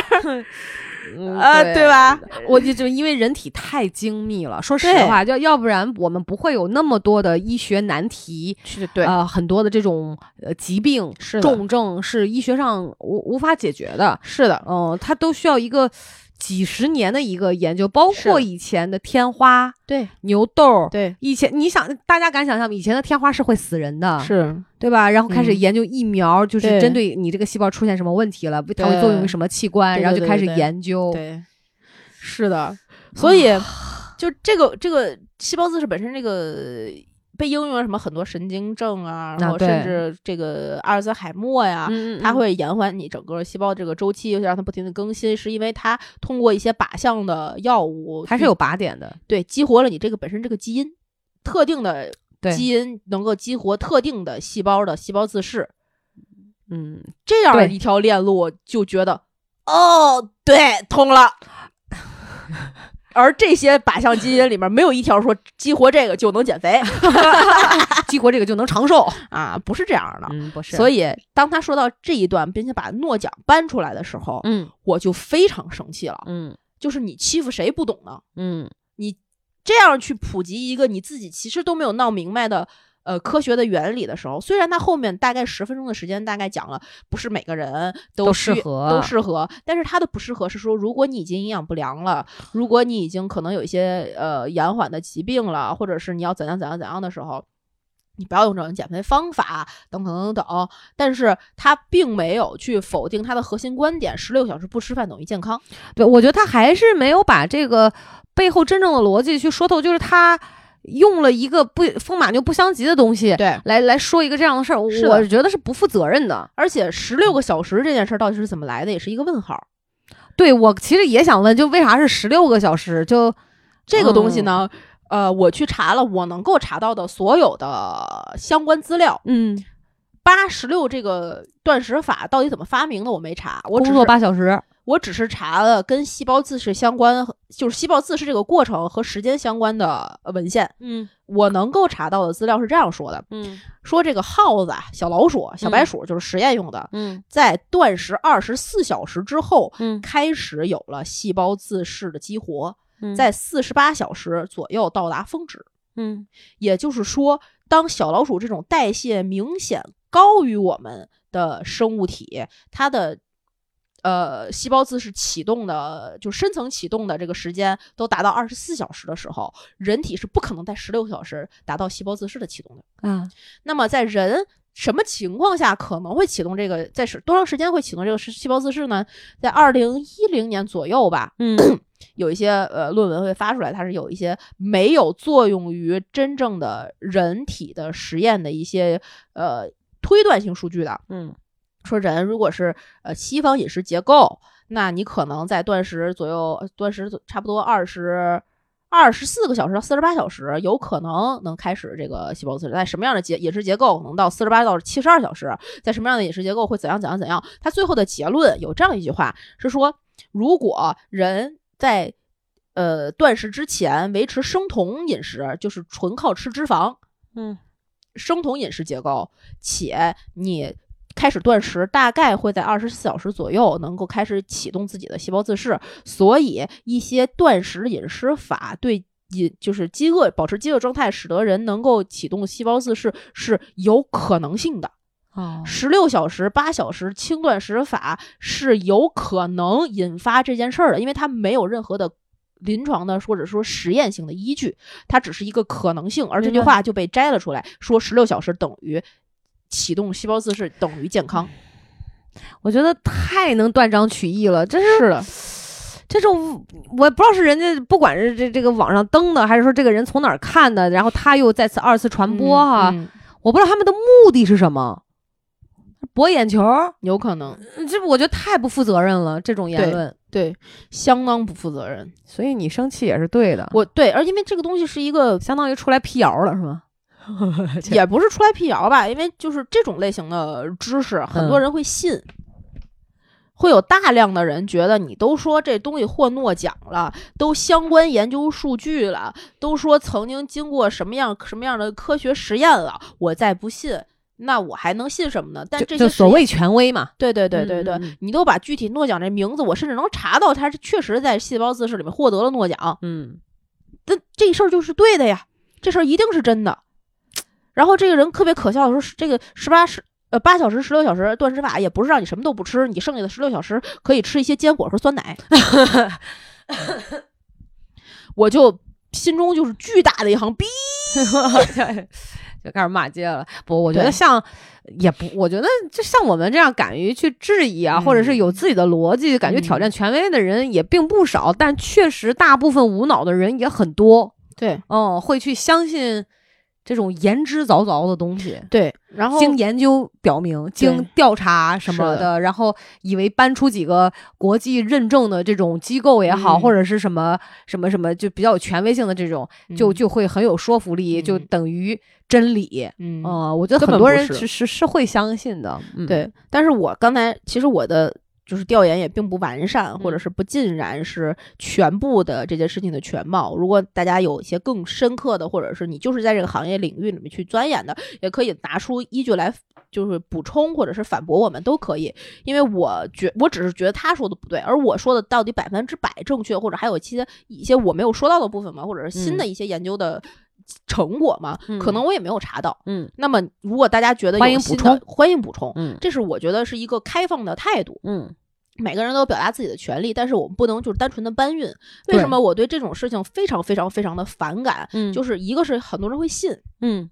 呃，对吧？我就就因为人体太精密了，说实对话，要要不然我们不会有那么多的医学难题，对呃，很多的这种呃疾病、是的重症是医学上无无法解决的，是的，嗯、它都需要一个几十年的一个研究，包是的括以前的天花、对牛痘，对以前你想，大家敢想象以前的天花是会死人的，是，对吧？然后开始嗯研究疫苗，就是对针对你这个细胞出现什么问题了，它会对作用于什么器官，对然后就对开始对对研究。对，是的，所以啊就这个这个细胞自噬本身这个。被应用了什么很多神经症啊，然啊后甚对至这个阿尔兹海默呀，嗯，嗯它嗯会延缓你整个细胞这个周期，让它不停的更新，是因为它通过一些靶向的药物，还是有靶点的，对激活了你这个本身这个基因，特定的对，基因能够激活特定的细胞的细胞自噬，嗯，这样对一条链路，就觉得哦，对，通了。 而这些靶向基因里面，没有一条说激活这个就能减 肥激活这个就能长寿。啊，不是这样的。嗯，不是，所以，以，当他说到这一段，并且把诺奖搬出来的时候，嗯我就非常生气了。嗯就是你欺负谁不懂呢？嗯，这样去普及一个你自己其实都没有闹明白的呃科学的原理的时候，虽然他后面大概十分钟的时间大概讲了，不是每个人都都需适合，都适合。但是它的不适合是说，如果你已经营养不良了，如果你已经可能有一些呃延缓的疾病了，或者是你要怎样怎样怎样的时候。你不要用这种减肥方法，等等等等。但是它并没有去否定它的核心观点：十六小时不吃饭等于健康。对，我觉得他还是没有把这个背后真正的逻辑去说透，就是他用了一个不风马牛不相及的东西对，来来说一个这样的事儿，是的我觉得是不负责任的。而且十六个小时这件事儿到底是怎么来的，也是一个问号。对我其实也想问，就为啥是十六个小时？就这个东西呢，呃，我去查了我能够查到的所有的相关资料，嗯，八十六这个断食法到底怎么发明的，我没查，我只工是作八小时，我只是查了跟细胞自噬相关，就是细胞自噬这个过程和时间相关的呃文献。嗯我能够查到的资料是这样说的：嗯说这个耗子啊、小老鼠、小白鼠就是实验用的，嗯在断食二十四小时之后。嗯，开始有了细胞自噬的激活，在在四十八小时左右到达峰值。嗯也就是说，当小老鼠这种代谢明显高于我们的生物体，它的呃细胞自噬启动的，就深层启动的这个时间都达到二十四小时的时候，人体是不可能在十六小时达到细胞自噬的启动的。啊那么在人什么情况下可能会启动这个，在是多长时间会启动这个是细胞自噬呢？在二零一零年左右吧，嗯有一些呃论文会发出来，它是有一些没有作用于真正的人体的实验的一些呃推断性数据的。嗯说人如果是呃西方饮食结构，那你可能在断食左右，呃断食左差不多二十。二十四个小时到四十八小时，有可能能开始这个细胞自噬。在什么样的结饮食结构，可能到四十八到七十二小时，在什么样的饮食结构会怎样怎样怎样？它最后的结论有这样一句话是说，如果人在呃断食之前维持生酮饮食，就是纯靠吃脂肪，嗯生酮饮食结构，且你开始断食，大概会在二十四小时左右能够开始启动自己的细胞自噬。所以，一些断食饮食法对饮就是饥饿保持饥饿状态，使得人能够启动细胞自噬是有可能性的。哦十六小时、八小时轻断食法是有可能引发这件事儿的，因为它没有任何的临床的或者说实验性的依据，它只是一个可能性。而这句明白话就被摘了出来，说十六小时等于启动细胞自噬等于健康。我觉得太能断章取义了，真是是的，这种我不知道是人家不管是这这个网上登的，还是说这个人从哪儿看的，然后他又再次二次传播哈、嗯嗯我不知道他们的目的是什么，博眼球儿，嗯有可能这我觉得太不负责任了，这种言对论。对，相当不负责任。所以你生气也是对的，我对，而因为这个东西是一个相当于出来辟谣了是吗？也不是出来辟谣吧，因为就是这种类型的知识，很多人会信。嗯会有大量的人觉得你都说这东西获诺奖了，都相关研究数据了，都说曾经经过什么样什么样的科学实验了，我再不信，那我还能信什么呢？但就这些就所实验谓权威嘛，对对对对对，嗯嗯嗯你都把具体诺奖这名字，我甚至能查到它是确实在细胞自噬里面获得了诺奖，嗯，但这事儿就是对的呀，这事儿一定是真的。然后这个人特别可笑的说，这个十八十呃八小时、十六小时断食法也不是让你什么都不吃，你剩下的十六小时可以吃一些坚果和酸奶。我就心中就是巨大的一行逼，就开始骂街了。不，我觉得对像也不，我觉得就像我们这样敢于去质疑啊，嗯或者是有自己的逻辑，敢于挑战权威的人也并不少，但确实大部分无脑的人也很多，对嗯，会去相信这种言之凿凿的东西。对，然后经研究表明，经调查什么的，是的然后以为搬出几个国际认证的这种机构也好，嗯或者是什么什么什么，就比较有权威性的这种，就就会很有说服力，嗯就等于真理。嗯嗯嗯，我觉得根很本不多人是是是是会相信的。嗯，对，但是我刚才其实我的就是调研也并不完善，或者嗯是不尽然是全部的这件事情的全貌。如果大家有一些更深刻的，或者是你就是在这个行业领域里面去钻研的，也可以拿出依据来。就是补充或者是反驳我们都可以，因为我觉我只是觉得他说的不对，而我说的到底百分之百正确，或者还有一些一些我没有说到的部分嘛，或者是新的一些研究的成果嘛，嗯可能我也没有查到。嗯那么如果大家觉得有欢迎补新的充，欢迎补充，嗯这是我觉得是一个开放的态度，嗯每个人都有表达自己的权利，但是我们不能就是单纯的搬运。对为什么我对这种事情非常非常非常的反感？嗯就是一个是很多人会信，嗯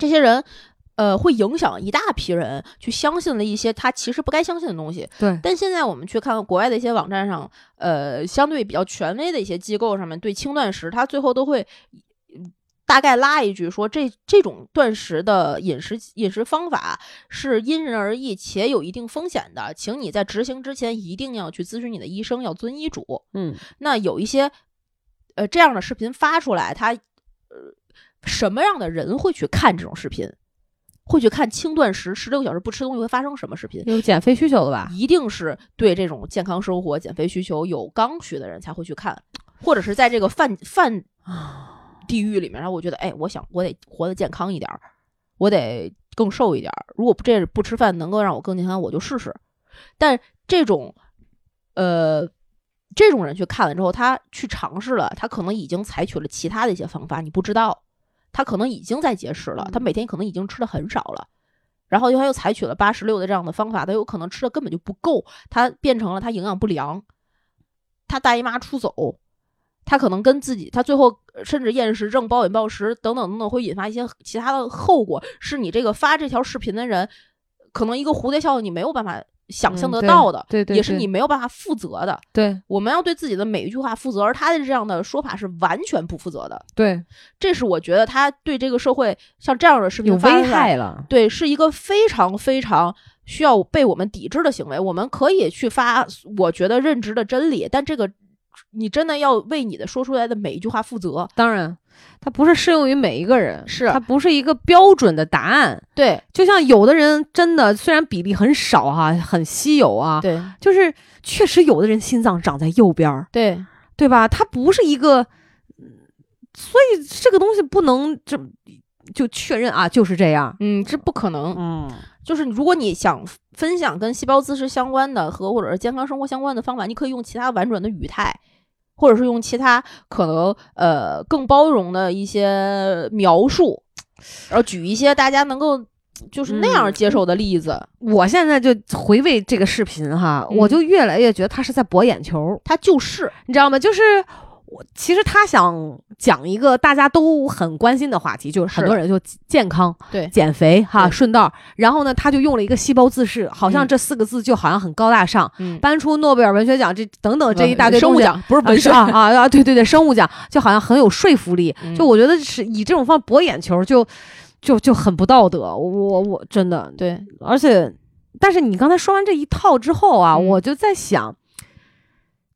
这些人，呃，会影响一大批人去相信了一些他其实不该相信的东西。对但现在我们去看看国外的一些网站上，呃，相对比较权威的一些机构上面对轻断食，它最后都会。嗯大概拉一句说，这这种断食的饮食饮食方法是因人而异且有一定风险的，请你在执行之前一定要去咨询你的医生，要遵医嘱。嗯那有一些呃这样的视频发出来，他呃什么样的人会去看这种视频？会去看轻断食十六个小时不吃东西会发生什么视频？有减肥需求的吧？一定是对这种健康生活、减肥需求有刚需的人才会去看，或者是在这个泛泛地域里面，然后我觉得，哎，我想我得活得健康一点儿，我得更瘦一点儿。如果不这不吃饭能够让我更健康，我就试试。但这种，呃，这种人去看了之后，他去尝试了，他可能已经采取了其他的一些方法，你不知道，他可能已经在节食了嗯，他每天可能已经吃的很少了。然后又他又采取了八十六的这样的方法，他有可能吃的根本就不够，他变成了他营养不良，他大姨妈出走，他可能跟自己，他最后呃甚至厌食症、暴饮暴食等等等等，会引发一些其他的后果，是你这个发这条视频的人，可能一个蝴蝶效应你没有办法想象嗯得对到的，对对也是对你没有办法负责的。对我们要对自己的每一句话负责，而他的这样的说法是完全不负责的，对，这是我觉得他对这个社会像这样的视频有发危出来害了。对，是一个非常非常需要被我们抵制的行为。我们可以去发我觉得任职的真理，但这个你真的要为你的说出来的每一句话负责。当然，它不是适用于每一个人，是它不是一个标准的答案。对就像有的人真的虽然比例很少哈、很稀有啊，对就是确实有的人心脏长在右边儿，对对吧？它不是一个，嗯所以这个东西不能这就确认啊，就是这样。嗯，这不可能。嗯，就是如果你想分享跟细胞自噬相关的和或者是健康生活相关的方法，你可以用其他婉转的语态，或者是用其他可能呃更包容的一些描述，然后举一些大家能够就是那样接受的例子。我现在就回味这个视频哈，嗯我就越来越觉得他是在博眼球，他就是你知道吗？就是我其实他想讲一个大家都很关心的话题，就是很是多人就健康、对减肥哈，对顺道。然后呢，他就用了一个细胞自噬，好像嗯这四个字就好像很高大上，嗯，颁出诺贝尔文学奖这等等这一大堆生物东西。奖不是啊文是学，啊啊啊！对对对，生物奖就好像很有说服力，嗯就我觉得是以这种方博眼球就，就就很不道德。我我真的，对，而且，但是你刚才说完这一套之后啊，嗯我就在想，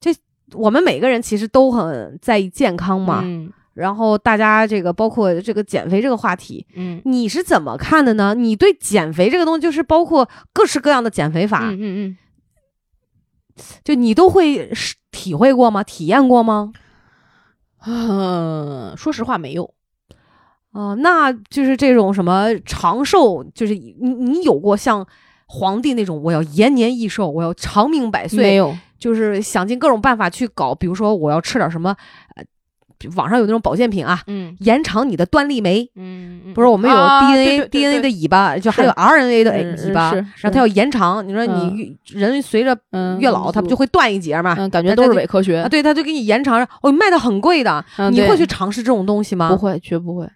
这我们每个人其实都很在意健康嘛，嗯然后大家这个包括这个减肥这个话题，嗯你是怎么看的呢？你对减肥这个东西，就是包括各式各样的减肥法，嗯嗯就你都会是体会过吗？体验过吗？嗯，呃说实话没有，哦、那就是这种什么长寿，就是你你有过像皇帝那种，我要延年益寿，我要长命百岁，有，就是想尽各种办法去搞，比如说我要吃点什么，呃，比网上有那种保健品啊，嗯延长你的端粒酶，嗯，不是我们有啊 DNA、对对对 DNA 的尾巴，就还是有 RNA 的嗯尾巴，是然后它要延长，你说嗯你越人随着嗯越老，它不就会断一截吗？嗯，感觉都是伪科学啊啊，，对，它就给你延长，哦，卖的很贵的，嗯你对会去尝试这种东西吗？不会，绝不会，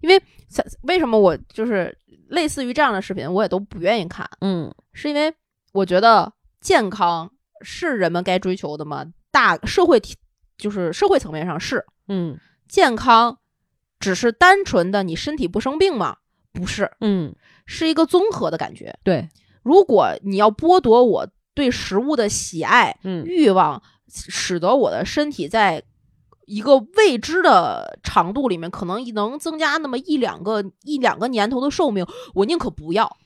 因为像为什么我就是类似于这样的视频，我也都不愿意看，嗯是因为我觉得健康是人们该追求的嘛，大社会体就是社会层面上是嗯健康，只是单纯的你身体不生病吗？不是，嗯，是一个综合的感觉。对，如果你要剥夺我对食物的喜爱、嗯欲望，使得我的身体在一个未知的长度里面，可能能增加那么一两个一两个年头的寿命，我宁可不要。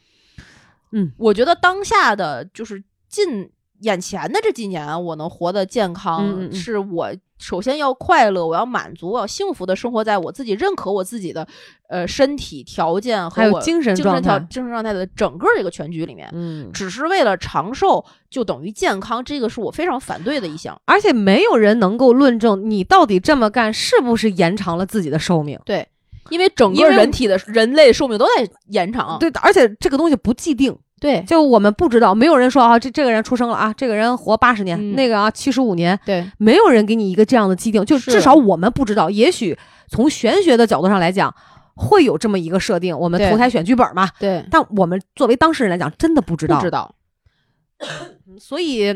嗯，我觉得当下的就是近眼前的这几年，我能活得健康，嗯嗯嗯是我首先要快乐，我要满足，我要幸福的生活在我自己认可我自己的呃身体条件和还有我精神精状神条态，精神状态的整个这个全局里面。嗯，只是为了长寿，就等于健康，这个是我非常反对的一项。而且没有人能够论证你到底这么干是不是延长了自己的寿命。对，因为整因个为人体的人类寿命都在延长。对，而且这个东西不既定，对就我们不知道，没有人说啊，这这个人出生了啊，这个人活八十年，嗯那个啊七十五年，对没有人给你一个这样的既定，就是至少我们不知道。也许从玄学的角度上来讲，会有这么一个设定，我们对投胎选剧本嘛。对，但我们作为当事人来讲，真的不知道，不知道，所以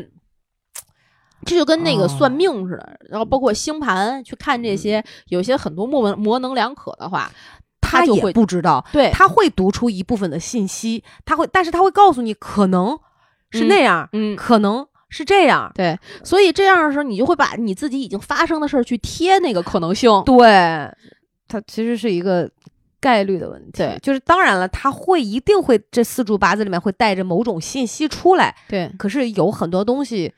这就跟那个哦算命似的，然后包括星盘去看这些，有些很多模棱模棱两可的话，他他就也会不知道。对他会读出一部分的信息，他会，但是他会告诉你可能是那样，嗯，可能是这样。对，所以这样的时候，你就会把你自己已经发生的事儿去贴那个可能性。对，它其实是一个概率的问题。对就是当然了，他会一定会这四柱八字里面会带着某种信息出来，对可是有很多东西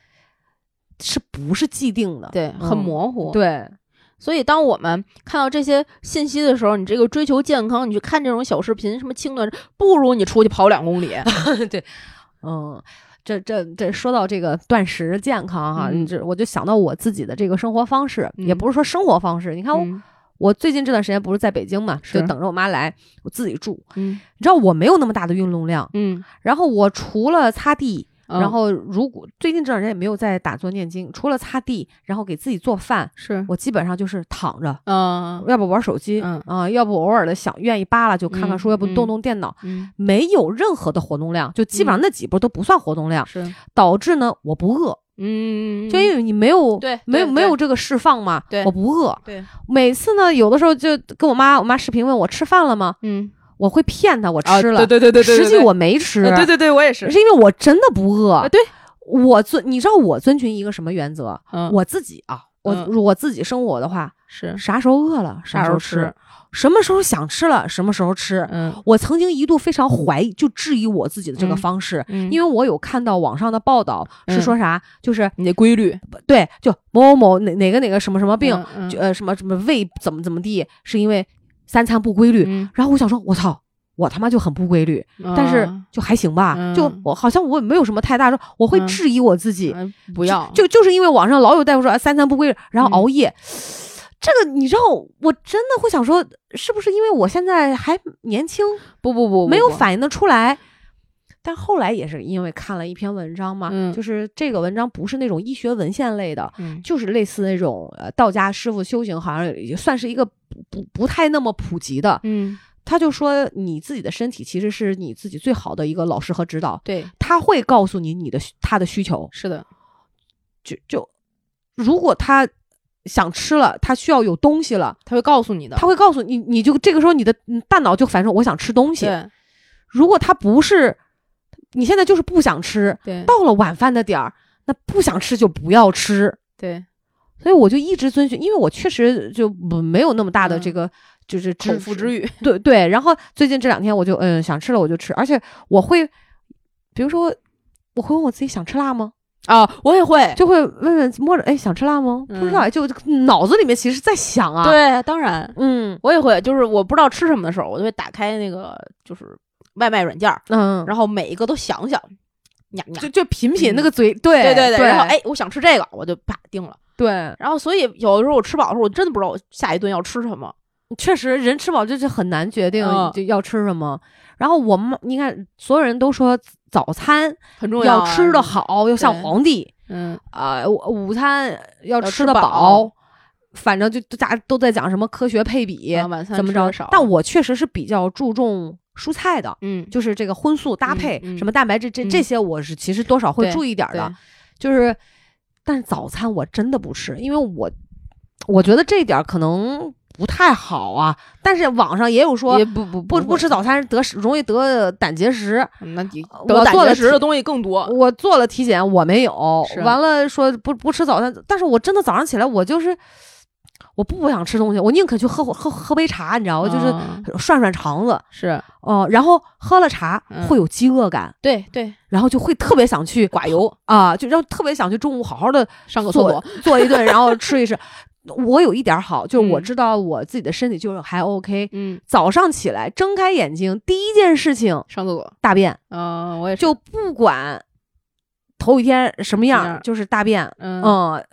是不是既定的？对，很嗯模糊。对，所以，当我们看到这些信息的时候，你这个追求健康，你去看这种小视频，什么轻断，不如你出去跑两公里。嗯。这这这说到这个断食健康哈，嗯你这我就想到我自己的这个生活方式，也嗯不是说生活方式。你看我嗯我最近这段时间不是在北京嘛，是就等着我妈来，我自己住。嗯你知道我没有那么大的运动量，嗯，然后我除了擦地，嗯然后如果最近这段时间也没有在打坐念经，除了擦地，然后给自己做饭，是，我基本上就是躺着，嗯要不玩手机，嗯啊、要不偶尔的想愿意扒拉就看看书，嗯要不动动电脑。嗯，没有任何的活动量，就基本上那几波都不算活动量，是，导致呢我不饿，嗯，就因为你没有对没有对没有对这个释放嘛，对我不饿，对，每次呢，有的时候就跟我妈，我妈视频问我吃饭了吗？嗯，我会骗她我啊吃了，对对对对对，实际我没吃，对，对对对，我也是，是因为我真的不饿。啊对，我遵，你知道我遵循一个什么原则？嗯，我自己啊，我、嗯如我自己生活的话，是啥时候饿了啥时候啥时吃候，什么时候想吃了什么时候吃。嗯我曾经一度非常怀疑，就质疑我自己的这个嗯方式。嗯因为我有看到网上的报道是嗯说啥，就是你的规律对，就某某某哪哪个哪个什么什么病，嗯就呃什么什么胃怎么怎么地，是因为三餐不规律。嗯，然后我想说，我操，我他妈就很不规律，嗯但是嗯就还行吧，嗯就我好像我也没有什么太大说，我会嗯质疑我自己，嗯不要，就就是因为网上老有大夫说啊三餐不规律，然后嗯熬夜。这个你知道，我真的会想说，是不是因为我现在还年轻，不不不，没有不，反应的出来？但后来也是因为看了一篇文章嘛，嗯就是这个文章不是那种医学文献类的，嗯就是类似那种呃道家师傅修行，好像也算是一个不不不太那么普及的。嗯，他就说，你自己的身体其实是你自己最好的一个老师和指导，对，他会告诉你你的需他的需求。是的，就就如果他想吃了，他需要有东西了，他会告诉你的，他会告诉你，你就这个时候你的嗯大脑就反正我想吃东西。对如果他不是，你现在就是不想吃，对到了晚饭的点儿，那不想吃就不要吃。对，所以我就一直遵循，因为我确实就不没有那么大的嗯这个、就是知口腹之，欲，对对。然后最近这两天我就嗯想吃了我就吃，而且我会，比如说我会问我自己想吃辣吗？啊，我也会，就会问问摸着哎想吃辣吗？不知道，就脑子里面其实在想啊，，嗯对，当然嗯我也会，就是我不知道吃什么的时候，我就会打开那个就是外卖软件儿，嗯，然后每一个都想想，呀呀就，就品品嗯那个嘴，对对对对，然后哎哎，我想吃这个，我就啪定了。对，然后所以有的时候我吃饱的时候，我真的不知道我下一顿要吃什么。确实，人吃饱就是很难决定嗯就要吃什么。然后我妈，你看，所有人都说早餐很重要要啊吃的，好，要像对皇帝，嗯，啊、午午餐要要吃吃得饱饱，反正就就大家都在讲什么科学配比、然后啊嗯晚餐怎么吃得着少，但我确实是比较注重蔬菜的，嗯，就是这个荤素搭配，嗯嗯什么蛋白质这这嗯些，我是其实多少会对注意点儿对的。就是，但是早餐我真的不吃，因为我我觉得这一点儿可能不太好啊。但是网上也有说也不不不不吃，早餐得容易得胆结石，那你我得胆做了结石体的东西更多。我做了体检，我没有。是完了说不不吃早餐，但是我真的早上起来我就是我不不想吃东西，我宁可去喝喝喝杯茶，你知道吗？就是嗯涮涮肠子是哦、然后喝了茶、嗯会有饥饿感，对对，然后就会特别想去寡油啊、就让特别想去中午好好的上个厕做所，做一顿，然 后吃一吃。我有一点好，就是我嗯知道我自己的身体就是还 OK。嗯，早上起来睁开眼睛，第一件事情上厕所，大便，嗯，我也是，就不管头一天什么样什么儿，样就是大便。嗯，嗯，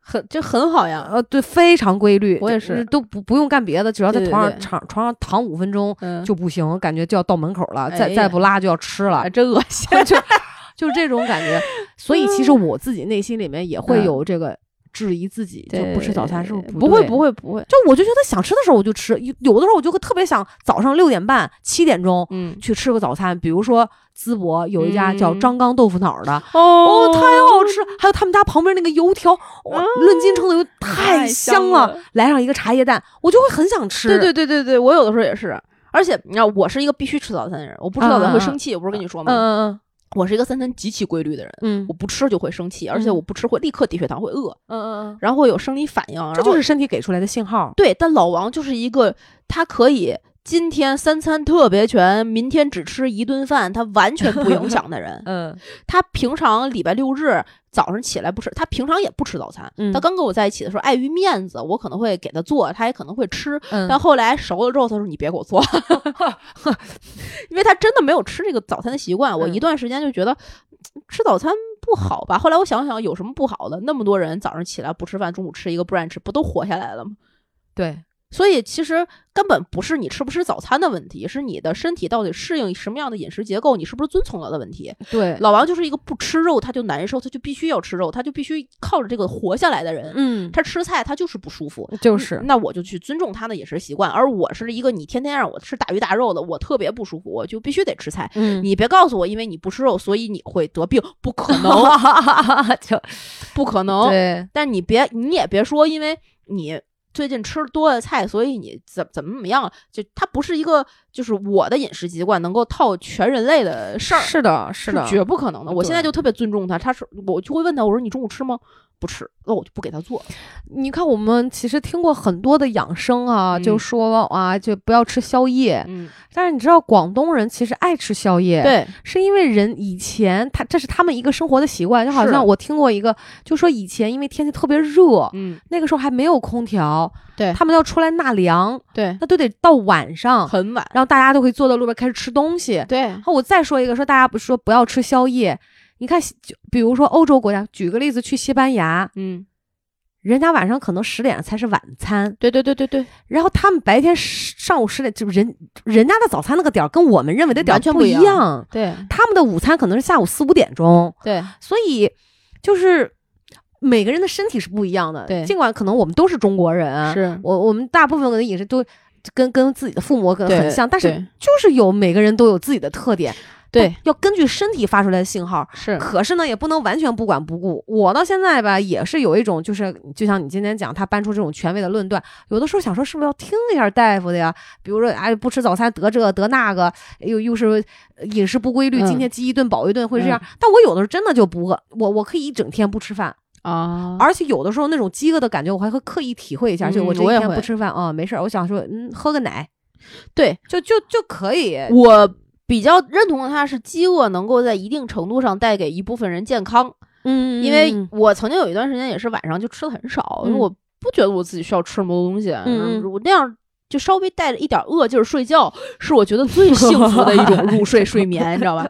很这很好呀，呃，对，非常规律，我也就是都不不用干别的，只要在对对床上对躺床上躺五分钟嗯，就不行，感觉就要到门口了，哎再呀再不拉就要吃了哎，，嗯真恶心，就 就这种感觉。所以其实我自己内心里面也会有这个质疑自己，就不吃早餐是不是嗯不会对不。会不会，就我就觉得想吃的时候我就吃，有有的时候我就会特别想早上六点半七点钟嗯，去吃个早餐，比如说淄博有一家叫嗯张刚豆腐脑儿的，哦哦，太好吃！还有他们家旁边那个油条，哇、啊论斤称的油太香香了，了来上一个茶叶蛋，我就会很想吃。对对对对对，我有的时候也是，而且你知道，我是一个必须吃早餐的人，我不吃早餐会生气，我不是跟你说嗯，吗？嗯我是一个三餐极其规律的人，嗯我嗯不吃就会生气，而且嗯我不吃会立刻低血糖，会饿，嗯嗯然后会有生理反应，嗯，然这后就是身体给出来的信号。对。但老王就是一个，他可以今天三餐特别全，明天只吃一顿饭，他完全不影响的人。嗯他平常礼拜六日早上起来不吃，他平常也不吃早餐。嗯他刚跟我在一起的时候，碍于面子，我可能会给他做，他也可能会吃，嗯但后来熟了之后，他说你别给我 做，因为他真的没有吃这个早餐的习惯。我嗯一段时间就觉得嗯吃早餐不好吧，后来我想想有什么不好的？那么多人早上起来不吃饭，中午吃一个 brunch，不都活下来了吗？对，所以其实根本不是你吃不吃早餐的问题，是你的身体到底适应什么样的饮食结构，你是不是遵从了的问题。对，老王就是一个不吃肉他就难受，他就必须要吃肉，他就必须靠着这个活下来的人。嗯，他吃菜他就是不舒服，就是嗯那我就去尊重他的饮食习惯。而我是一个你天天让我吃大鱼大肉的，我特别不舒服，我就必须得吃菜。嗯，你别告诉我，因为你不吃肉，所以你会得病，不可能，能 就不可能。对，但你别，你也别说，因为你最近吃多了菜，所以你怎怎么怎么样，就它不是一个就是我的饮食习惯能够套全人类的事儿，是的，是的，绝不可能的。我现在对就特别尊重他，他说我就会问他，我说你中午吃吗？不吃，那我就不给他做。你看，我们其实听过很多的养生啊，嗯就说啊，就不要吃宵夜。嗯，但是你知道，广东人其实爱吃宵夜，对，是因为人以前他这是他们一个生活的习惯，就好是像我听过一个，就说以前因为天气特别热，嗯，那个时候还没有空调，对他们要出来纳凉，对，那都得到晚上，很嗯晚，然后大家都会坐到路边开始吃东西。然嗯对，后我再说一个，说大家不是说不要吃宵夜，你看西，就比如说欧洲国家，举个例子，去西班牙，嗯，人家晚上可能十点才是晚餐，对对对对对，然后他们白天十上午十点，就是人人家的早餐那个点儿跟我们认为的点儿完全不不一一样，对他们的午餐可能是下午四五点钟，对所以就是每个人的身体是不一样的。对尽管可能我们都是中国人，啊是，我我们大部分可能饮食都跟跟自己的父母可能对很像，但是对就是有每个人都有自己的特点，对要根据身体发出来的信号。是，可是呢，也不能完全不管不顾。我到现在吧，也是有一种，就是就像你今天讲，他搬出这种权威的论断，有的时候想说，是不是要听一下大夫的呀？比如说，哎，不吃早餐得这个得那个，又又是饮食不规律，嗯今天饥一顿饱一顿会这样。但我有的时候真的就不饿，我我可以一整天不吃饭，啊，而且有的时候那种饥饿的感觉，我还会刻意体会一下，嗯就我这我一也天不会吃饭啊、没事儿，我想说，嗯，喝个奶，对就就就可以。我比较认同的他是饥饿能够在一定程度上带给一部分人健康，嗯因为我曾经有一段时间也是晚上就吃的很少，因为嗯我不觉得我自己需要吃什么东西，啊嗯嗯我那样。就稍微带着一点饿劲儿睡觉，是我觉得最幸福的一种入睡睡眠，你知道吧？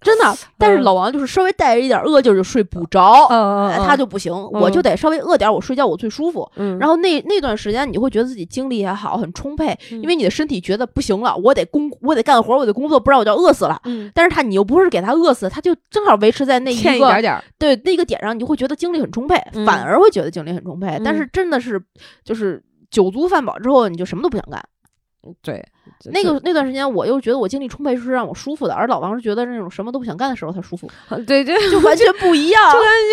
真 嗯的。但是老王就是稍微带着一点饿劲儿就睡不着，呃哎他就不行，我就得稍微饿点儿，我睡觉我最舒服。嗯，然后那那段时间，你会觉得自己精力还好，很充沛，嗯因为你的身体觉得不行了，我得工，我得干活，我得工作，不然我就要饿死了。嗯，但是他，你又不是给他饿死，他就正好维持在那欠一一个点点儿。对那个点上，你就会觉得精力很充沛，嗯反而会觉得精力很充沛。但是真的是就是酒足饭饱之后，你就什么都不想干。对，那个那段时间，我又觉得我精力充沛是让我舒服的，而老王是觉得那种什么都不想干的时候才 舒服，对对，就完全不一样。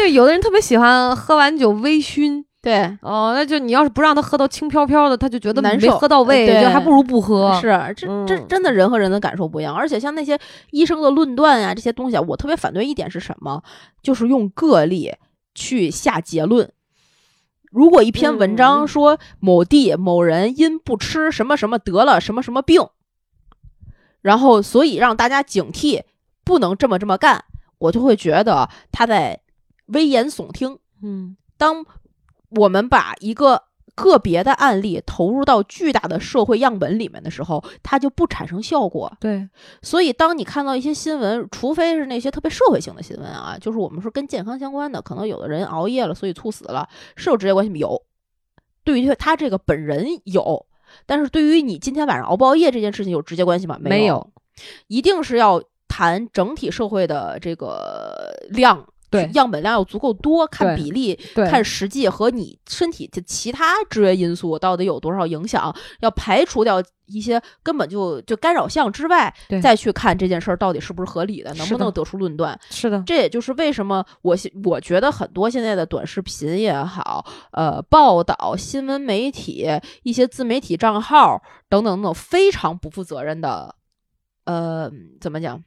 就有的人特别喜欢喝完酒微醺对，哦，那就你要是不让他喝到轻飘飘的，他就觉得难没受喝到位，对就还不如不喝。是，啊这这嗯真的人和人的感受不一样，而且像那些医生的论断啊，这些东西啊，我特别反对一点是什么？就是用个例去下结论。如果一篇文嗯章说某地某人因不吃什么什么得了什么什么病，然后所以让大家警惕，不能这么这么干，我就会觉得他在危言耸听。嗯当我们把一个个别的案例投入到巨大的社会样本里面的时候，它就不产生效果。对，所以，当你看到一些新闻，除非是那些特别社会性的新闻啊，就是我们说跟健康相关的，可能有的人熬夜了，所以猝死了，是有直接关系吗？有，对于他这个本人有，但是对于你今天晚上熬不熬夜这件事情有直接关系吗？没有，一定是要谈整体社会的这个量，对样本量要足够多，看对比例，对，看实际和你身体的其他制约因素到底有多少影响，要排除掉一些根本就就干扰项之外对，再去看这件事儿到底是不是合理的，能是不的能得出论断。是的，这也就是为什么我现我觉得很多现在的短视频也好，呃，报道、新闻媒体、一些自媒体账号等等等等，非常不负责任的，呃，怎么讲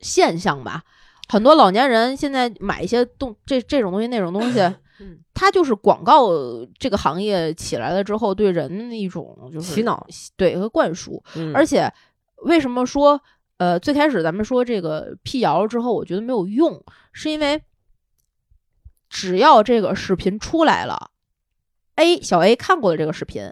现象吧。很多老年人现在买一些东这这种东西那种东西嗯，他就是广告这个行业起来了之后，对人的一种就是洗脑，对和灌输。而而且为什么说呃最开始咱们说这个辟谣之后，我觉得没有用，是因为只要这个视频出来了，A 小 A 看过了这个视频，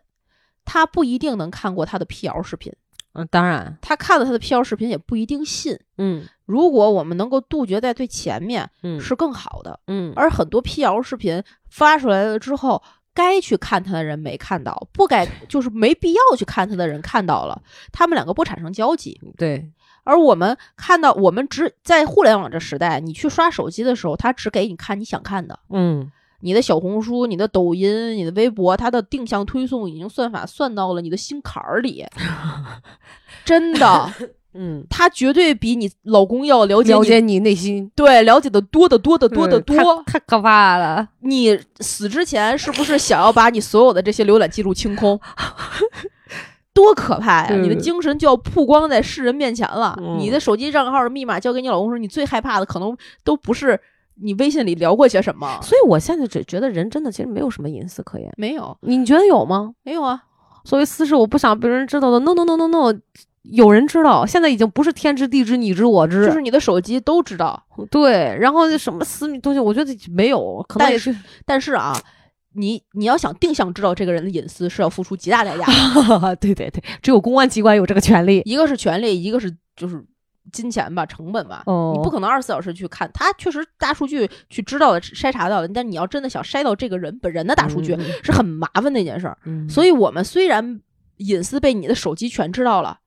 他不一定能看过他的辟谣视频，嗯，当然，他看了他的辟谣视频也不一定信。嗯如果我们能够杜绝在最前面，嗯是更好的。嗯而很多辟谣视频发出来了之后，该去看他的人没看到，不该就是没必要去看他的人看到了，他们两个不产生交集。对，而我们看到，我们只在互联网这时代，你去刷手机的时候，它只给你看你想看的。嗯你的小红书、你的抖音、你的微博，它的定向推送已经算法算到了你的心坎儿里， 真 的，嗯，它绝对比你老公要了解你了解你内心对了解的多得多得多得嗯多。太太可怕了，你死之前是不是想要把你所有的这些浏览记录清 空？多可怕呀！对你的精神就要曝光在世人面前了。嗯你的手机账号的密码交给你老公时，你最害怕的可能都不是你微信里聊过些什么，所以我现在只觉得人真的其实没有什么隐私可言，没有，你觉得有吗？没有啊，所谓私事，我不想被人知道的，no no no no no，有人知道，现在已经不是天知地知你知我知，就是你的手机都知道。对，然后什么私密东西，我觉得没有，可能但也是是， 但是啊，你你要想定向知道这个人的隐私，是要付出极大代价的。嗯对对对，只有公安机关有这个权利。一个是权利，一个是就是金钱吧，成本吧，哦你不可能二十四小时去看。它确实大数据去知道的、筛查到的，但你要真的想筛到这个人本人的大数据，嗯是很麻烦的一件事儿。嗯所以，我们虽然隐私被你的手机全知道了，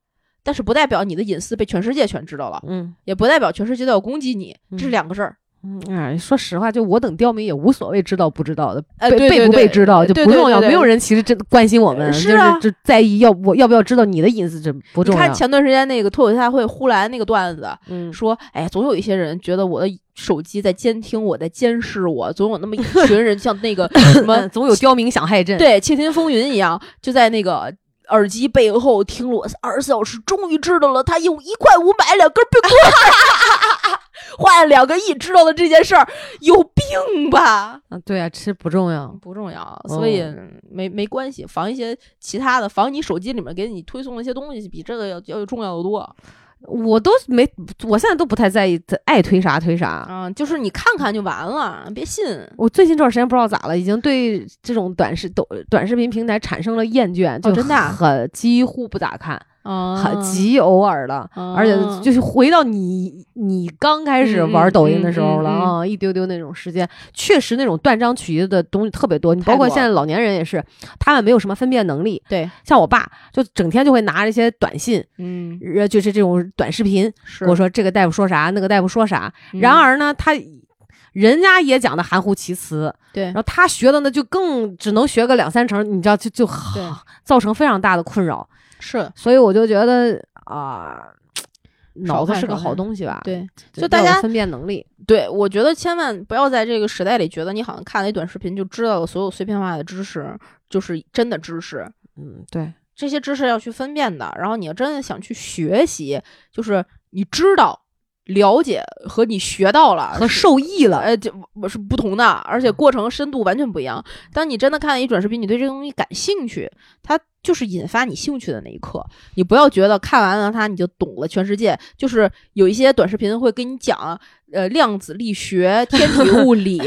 但是不代表你的隐私被全世界全知道了，嗯也不代表全世界都要攻击你，嗯这是两个事儿。嗯，哎，说实话，就我等刁民也无所谓知道不知道的，呃被对对被不对被知道就对不对重对要，对没有人其实真关心我们，是啊就是就在意要我要不要知道你的隐私，这不重你要。看前段时间那个脱口秀大会呼兰那个段子，嗯，说，哎，总有一些人觉得我的手机在监听我，在监视我，总有那么一群人像那 个什么 嗯总有刁民想害朕。，对《窃听风云》一样，就在那个。耳机背后听了我二十四小时，终于知道了他用一块五买两根冰棍儿， 花了两个亿知道了这件事儿，有病吧？嗯对啊，其实不重要。不重要，所以没没关系，防一些其他的，防你手机里面给你推送的一些东西，比这个要要重要的多。我都没，我现在都不太在意，爱推啥推啥。啊，就是你看看就完了，别信。我最近这段时间不知道咋了，已经对这种短视抖短视频平台产生了厌倦，就真的啊很几乎不咋看，啊很极偶尔的。嗯而且哦就是回到你你刚开始玩抖音的时候了嗯嗯嗯嗯啊，一丢丢那种时间，确实那种断章取义的东西特别多。你太包括多现在老年人也是，他们没有什么分辨能力。对，像我爸就整天就会拿着一些短信，嗯，呃就是这种短视频，是我，说这个大夫说啥，那个大夫说啥。嗯然而呢，他人家也讲的含糊其辞，对然后他学的呢就更只能学个两三成，你知道就就对造成非常大的困扰。是，所以我就觉得啊。脑子看是个少看好东西吧？对对就大要有家分辨能力，对，我觉得千万不要在这个时代里觉得你好像看了一短视频就知道了所有碎片化的知识，就是真的知识。嗯，对，这些知识要去分辨的，然后你要真的想去学习，就是你知道、了解和你学到了嗯和受益了，呃，这我是不同的，而且过程深度完全不一样。当你真的看一短视频，你对这个东西感兴趣，它就是引发你兴趣的那一刻。你不要觉得看完了它你就懂了全世界，就是有一些短视频会跟你讲，呃，量子力学、天体物 理。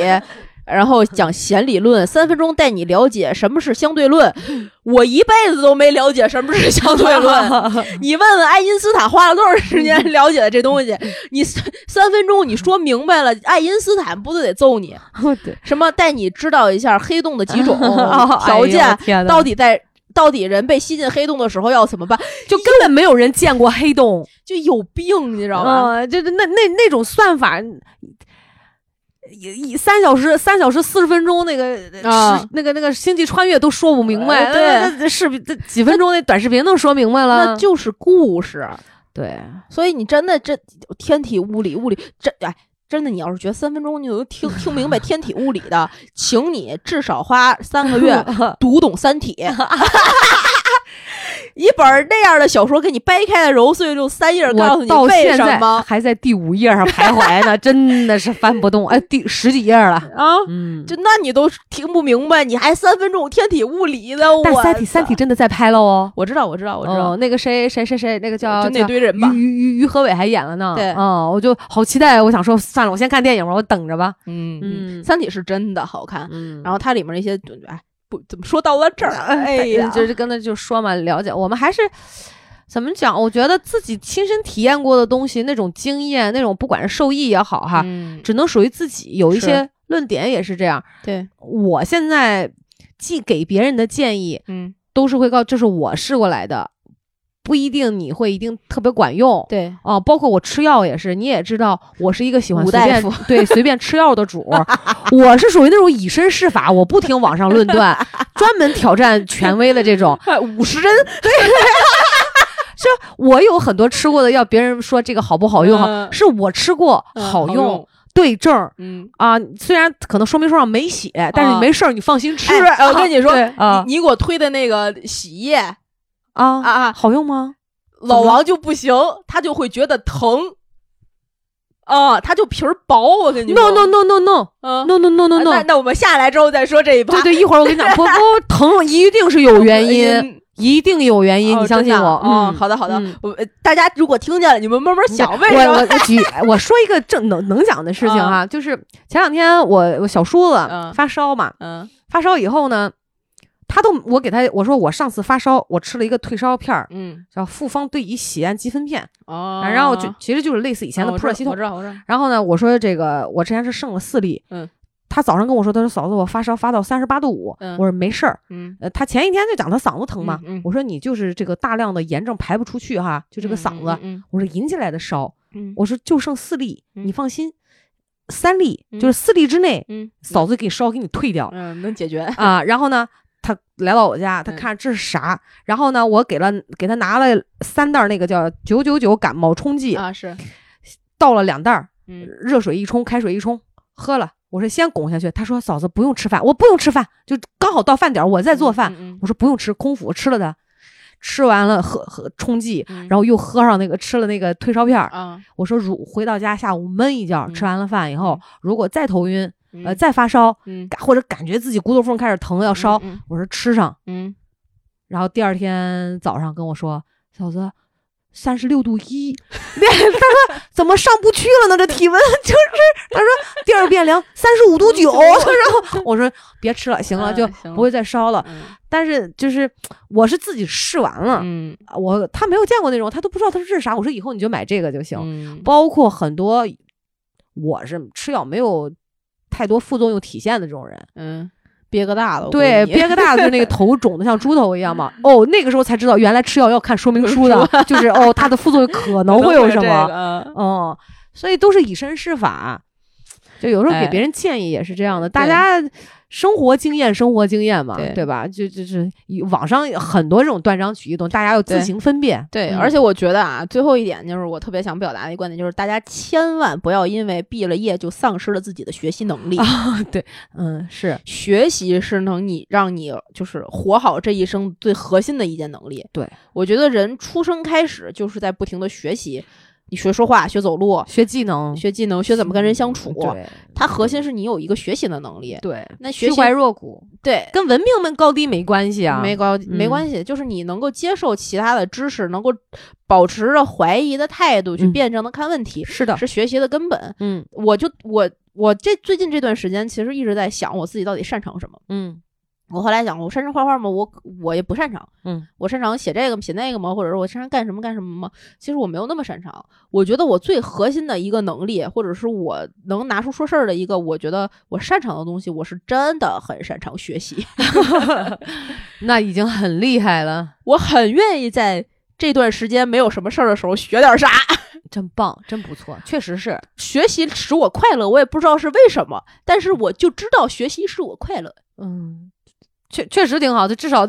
然后讲弦理论，三分钟带你了解什么是相对 论。我一辈子都没了解什么是相 对论， 你问问爱因斯坦花了多少时间了解的这东西？你三三分钟你说明白了，爱因斯坦不都得揍你？对，什么带你知道一下黑洞的几种 哦哎条呦件，天哪到底在到底人被吸进黑洞的时候要怎么办？就根本没有人见过黑洞，就有病，你知道吗？啊，就是那那那种算法，一一三小时三小时四十分钟那个呃啊是那个那个星际穿越都说不明白，呃对那那那视频这几分钟那短视频能说明白了，那就是故事，对，所以你真的这天体物理物理这哎。真的，你要是觉得三分钟就能 听听明白天体物理的，请你至少花三个 月读懂《三体》，一本那样的小说给你掰开了揉碎，就三页告诉我你到为现什在么还在第五页上徘徊 呢，真的是翻不动，哎，第十几页了，啊？嗯，就那你都听不明白，你还三分钟天体物理的，我但《三体》《三体》真的在拍了哦。我知道，我知道，我知道，哦，那个谁谁谁谁，那个叫就那叫堆人吧，于于于于和伟还演了呢。对哦，我就好期待。我想说，算了，我先看电影吧，我等着吧。嗯嗯三体是真的好看，嗯然后它里面那些哎不怎么说到了这 儿，哎呀，就是跟他就说嘛，了解我们还是。怎么讲？我觉得自己亲身体验过的东西，那种经验，那种不管是受益也好哈，嗯只能属于自己。有一是些论点也是这样。对，我现在既给别人的建议，嗯都是会告，这是我试过来的，不一定你会一定特别管用。对，哦，包括我吃药也是，你也知道，我是一个喜欢武随大便对随便吃药的主儿，我是属于那种以身试法，我不听网上论 断，专门挑针权威的这种。五十针 我有很多吃过的药，别人说这个好不好用，啊嗯是我吃过嗯好用，，对症儿嗯。啊。虽然可能说明书上没写，但是你啊没事儿，你放心吃。哎我跟你说对啊你你给我推的那个洗液啊啊啊，好用吗？老王就不行，他就会觉得疼，啊，他就皮儿薄，我跟你 No 说 no no no no 嗯 no no no no 那 no，那我们下来之后再说这一趴对，对，一会儿我跟你 讲，不不疼一定是有原因。嗯一定有原因，哦你相信真的我。啊哦，嗯，好的好的嗯，我呃大家如果听见了，你们慢慢想为什我我么。我举我说一个正能能讲的事情啊，就是前两天我我小叔子嗯发烧嘛，嗯发烧以后呢，他都我给他我说我上次发烧，我吃了一个退烧片儿，嗯叫复方对乙酰氨基酚片，哦然后就其实就是类似以以前的扑热息痛哦我知。道我知道，然后呢，我说这个我之前是剩了四粒，嗯，他早上跟我说，他说嫂子我发烧发到三十八度五，嗯我说没事儿，嗯呃，他前一天就讲他嗓子疼嘛，嗯嗯我说你就是这个大量的炎症排不出去哈，就这个嗓子，嗯我说引起来的烧，嗯我说就剩四粒，嗯你放心，三粒嗯就是四粒之内，嗯嫂子给烧给你退掉、嗯能解 决，啊。然后呢，他来到我家，他嗯看这是啥，然后呢，我给了给他拿了三袋儿那个叫九九九感冒冲剂，啊是，倒了两袋儿，嗯热水一冲，开水一冲，喝了。我说先拱下去，他说嫂子不用吃饭，我不用吃饭，就刚好到饭点儿我在做饭，，嗯我说不用吃，空腹吃了它，吃完了喝喝冲剂，嗯然后又喝上那个吃了那个退烧片儿。啊我说如回到家下午闷一觉，嗯吃完了饭以后，如果再头晕，呃，再发烧，嗯感或者感觉自己骨头缝开始疼要烧，嗯我说吃上。嗯然后第二天早上跟我说，嫂子。三十六度一， 他说怎么上不去了呢？这体温 就是他说第二遍量三十五度九，然后我说别吃了，行了，嗯就行不会再烧了。但是就是我是自己试完了，嗯我他没有见过那种，他都不知道他是啥。我说以后你就买这个就行。嗯包括很多我是吃药没有太多副作用体现的这种人，嗯憋个大的，我对，估计憋个大的就是那个 头肿的像猪头一样嘛。哦，那个时候才知道原来吃药要看说明书的，就是哦它的副作用可能会有什这么，个啊嗯，所以都是以身试法。就有时候哎给别人建议也是这样的，大家生活经验，生活经验嘛，对对吧？就就是以网上很多这种断章取义的东西，大家要自对行分辨。对，嗯而且我觉得啊，最后一点就是我特别想表达的一个观点，就是大家千万不要因为毕了业就丧失了自己的学习能力。啊，对，嗯，是学习是能你让你就是活好这一生最核心的一件能力。对，我觉得人出生开始就是在不停的学习，你学说话，学走路，学技能，学技能，学怎么跟人相处。嗯对嗯它核心是你有一个学习的能力。对，那学虚习怀若谷对。跟文明们高低没关系啊，没高没嗯关系，就是你能够接受其他的知识，能够保持着怀疑的态度去嗯辩证的看问题，是的，是学习的根本。嗯我就我我这最近这段时间，其实一直在想我自己到底擅长什么。嗯我后来想，我擅长画画吗？我我也不擅长。嗯，我擅长写这个吗写那个吗？或者说我擅长干什么干什么吗？其实我没有那么擅长。我觉得我最核心的一个能力，或者是我能拿出说事儿的一个，我觉得我擅长的东西，我是真的很擅长学习。 那已经很厉害了，我很愿意在这段时间没有什么事儿的时候学点啥。真棒，真不错， 确实是，学习使我快乐，我也不知道是为什么，但是我就知道学习使我快乐。嗯，确确实挺好，就至少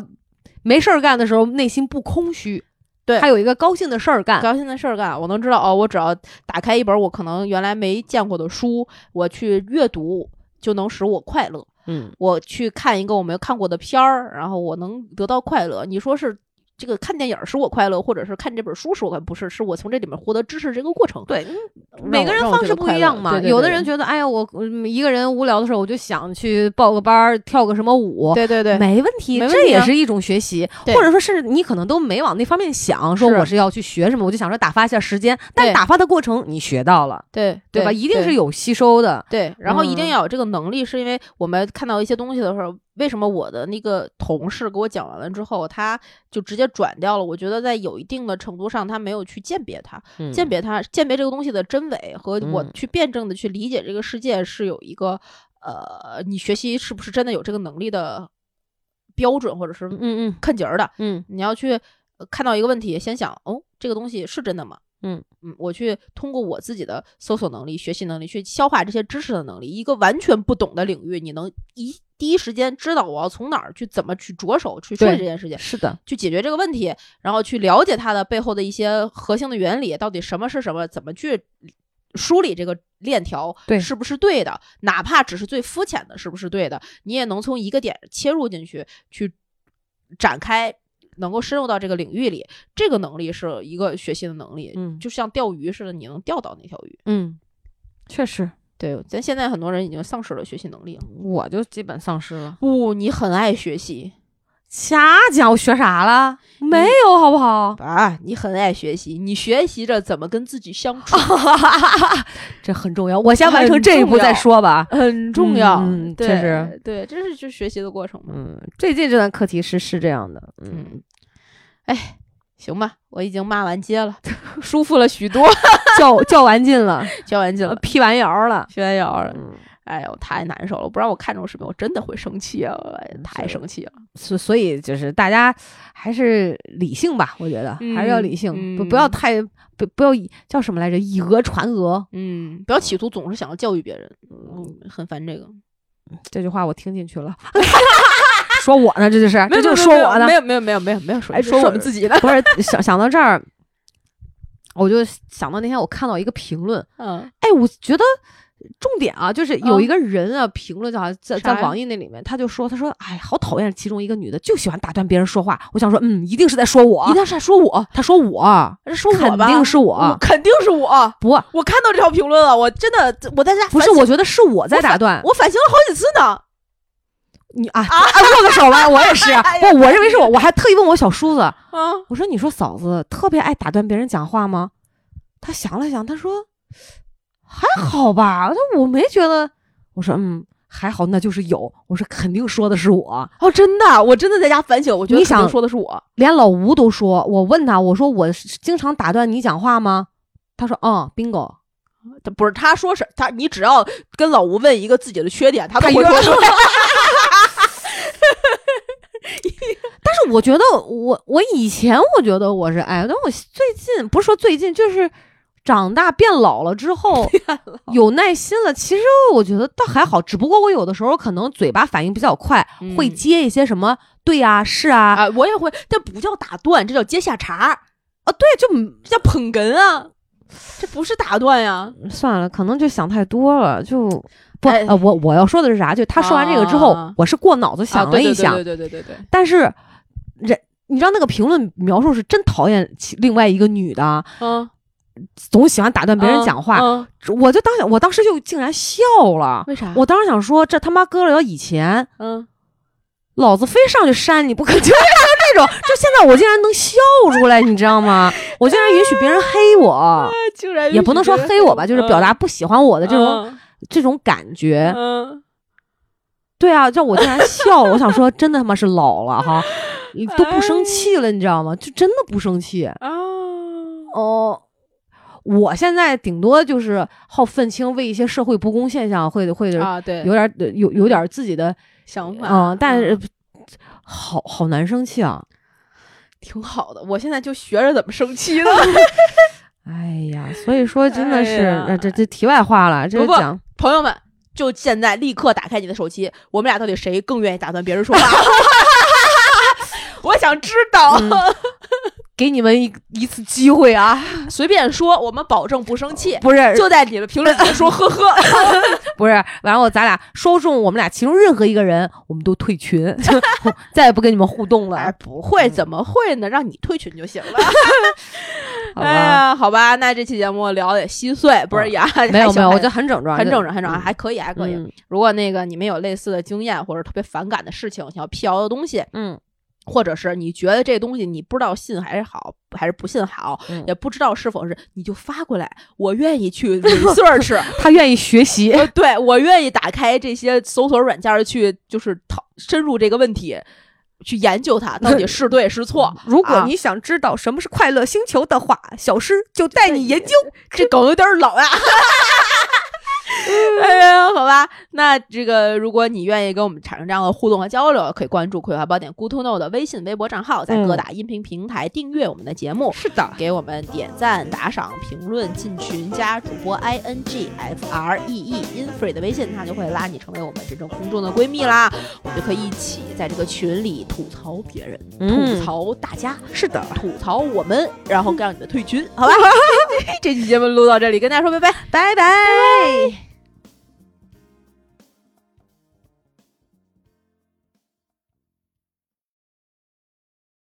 没事儿干的时候内心不空虚，对还有一个高兴的事儿干，高兴的事儿干，我能知道哦，我只要打开一本我可能原来没见过的书，我去阅读就能使我快乐。嗯，我去看一个我没有看过的片儿，然后我能得到快乐。你说是这个看电影儿使我快乐，或者是看这本书使我快乐？不是，是我从这里面获得知识这个过程。对，让我，每个人让我方觉式得不快一乐样嘛，对对有的对人觉得，哎呀，我嗯一个人无聊的时候，我就想去报个班儿，跳个什么舞，对对对，哦没问题，没问这题也啊是一种学习，对或者说甚至你可能都没往那方面想，说是我是要去学什么，我就想说打发一下时间，但对打发的过程你学到了，对对吧？一定是有。有吸收的，对，然后一定嗯要有这个能力，是因为我们看到一些东西的时候，为什么我的那个同事给我讲完了之后，他就直接转掉了？我觉得在有一定的程度上，他没有去鉴别它，鉴别它，鉴别这个东西的真伪和我嗯去辩证的去理解这个世界是有一个呃，你学习是不是真的有这个能力的标准，或者是嗯嗯看节儿的，嗯你要去呃看到一个问题，先想哦，这个东西是真的吗？嗯嗯，我去通过我自己的搜索能力、学习能力去消化这些知识的能力，一个完全不懂的领域，你能一第一时间知道我要从哪儿去、怎么去着手去说对这件事情嗯，，是的，去解决这个问题，然后去了解它的背后的一些核心的原理，到底什么是什么，怎么去梳理这个链条，对是不是对的？哪怕只是最肤浅的，是不是对的？你也能从一个点切入进去，去展开，能够深入到这个领域里。这个能力是一个学习的能力，嗯就像钓鱼似的，你能钓到那条鱼。嗯，确实，对，咱现在很多人已经丧失了学习能力了。我就基本丧失了。不、你很爱学习，瞎讲，我学啥了？没嗯有，好不好？啊，你很爱学习，你学习着怎么跟自己相 处，这很重要，我先完成这一步再说吧。很重要。嗯嗯对确实，对，这是就学习的过程嘛。嗯，最近这段课题是是这样的，嗯，嗯，哎，行吧，我已经骂完街了， 舒服了许多，较较完劲 了，教完劲了，辟完谣了。学完谣了。嗯，哎呦，太难受了！不让我看这种视频，我真的会生气啊！哎太生气了，所所以就是大家还是理性吧，我觉得嗯还是要理性，不嗯不要太不不要以叫什么来着，以讹传讹嗯，不要企图总是想要教育别人，嗯，很烦这啊个。这句话我听进 去了，说我呢，这就是这就是说我呢没，有没有没有没有没有说哎说说我我们自己的， 不是想想到这儿，我就想到那天我看到一个评论，嗯哎，我觉得重点啊，就是有嗯一个人啊，评论就好像在啥呀在网易那里面，他就说，他说，哎，好讨厌，其中一个女的就喜欢打断别人说话。我想说，嗯，一定是在说一我，定是在说我，他说我，啊说我肯吧，嗯定是我，肯定是我。不我看到这条评论了，我真的我在家不反是，省我觉得是我在打断我反省了好几次呢。你啊啊，握个手吧，我也 是，哎呀不，我认为是我，我还特意问我小叔子，啊，我说：“你说嫂子特别爱打断别人讲话吗？”他想了想，他说：“还好吧。”他说：“我没觉得。”我说：“嗯，还好，那就是有。”我说：“肯定说的是我。哦，真的，我真的在家反省，我觉得你肯定想说的是我，”连老吴都说：“我问他，我说我是经常打断你讲话吗？”他说：“嗯，bingo。他不是他说是他，你只要跟老吴问一个自己的缺点，他都他会一个说出来。” 但是我觉得我我以前我觉得我是爱，但我最近不是说最近，就是长大变老了之 后有耐心了。其实我觉得倒还好，只不过我有的时候可能嘴巴反应比较快，会嗯接一些什么“对啊，是啊啊，我也会，但不叫打断，这叫接下茬儿，”啊，对，就嗯这叫捧哏啊，这不是打断呀。算了，可能就想太多了，就不、哎呃，我我要说的是啥？就他说完这个之后，啊我是过脑子啊想了一想，对对对对对对对，但是人。你知道那个评论描述是真讨厌其另外一个女的，嗯，总喜欢打断别人嗯讲话，嗯我就当想，我当时就竟然笑了。为啥？我当时想说，这他妈搁了要以前，嗯，老子非上去扇你不可， 就是这种。就现在我竟然能笑出来，你知道吗？我竟然允许别人 黑我， 竟然也不能说黑我吧，就是表达不喜欢我的这种嗯这种感觉。嗯，对啊，就我竟然笑，我想说，真的他妈是老了哈，你都不哎生气了，你知道吗？就真的不生气。啊，哦，我现在顶多就是好愤青，为一些社会不公现象会会啊，对，有点儿有有点儿自己的想法嗯，但是好好难生气啊！挺好的。我现在就学着怎么生气了。哎呀，所以说真的是，哎呀呃这这题外话了，这不是过讲朋友们，就现在立刻打开你的手机，我们俩到底谁更愿意打断别人说 话？我想知道，嗯 给你们一一次机会啊！随便说，我们保证不生气， 不是， 就在你的评论里说呵呵。不是，完了我咱俩说中我们俩其中任何一个人，我们都退群， 就再也不跟你们互动哎了，，不会，怎么会呢？让你退群就行 了。好哎吧？呀，好吧，那这期节目聊的也稀碎，不是嗯也还没有没有，我觉得就很整装，很就正常，很正常，嗯还可以，还可以。嗯如果那个你们有类似的经验，或者特别反感的事情，想要辟谣的东西，嗯，或者是你觉得这东西你不知道信还是好，还是不信好，嗯也不知道是否是，你就发过来，我愿意去 research，他愿意学习，呃对我愿意打开这些搜索软件儿去，就是讨深入这个问题，去研究它到底是对是 错。嗯如啊想知道什么是快乐星球的话，小诗就带你研究。这梗有点老呀、哎呀，好吧，那这个如果你愿意跟我们产生这样的互动和交流，可以关注《葵花宝典 Good to Know》的微信、微博账号，在各大音频平台订阅我们的节目，是的，给我们点赞、打赏、评论、进群、加主播 i n g f r e e infree 的微信，他就会拉你成为我们真正公众的闺蜜啦。我们就可以一起在这个群里吐槽别人，吐嗯槽大家，是的，吐槽我们，然后让你们退群，好吧？这期节目录到这里，跟大家说拜拜，拜拜。拜拜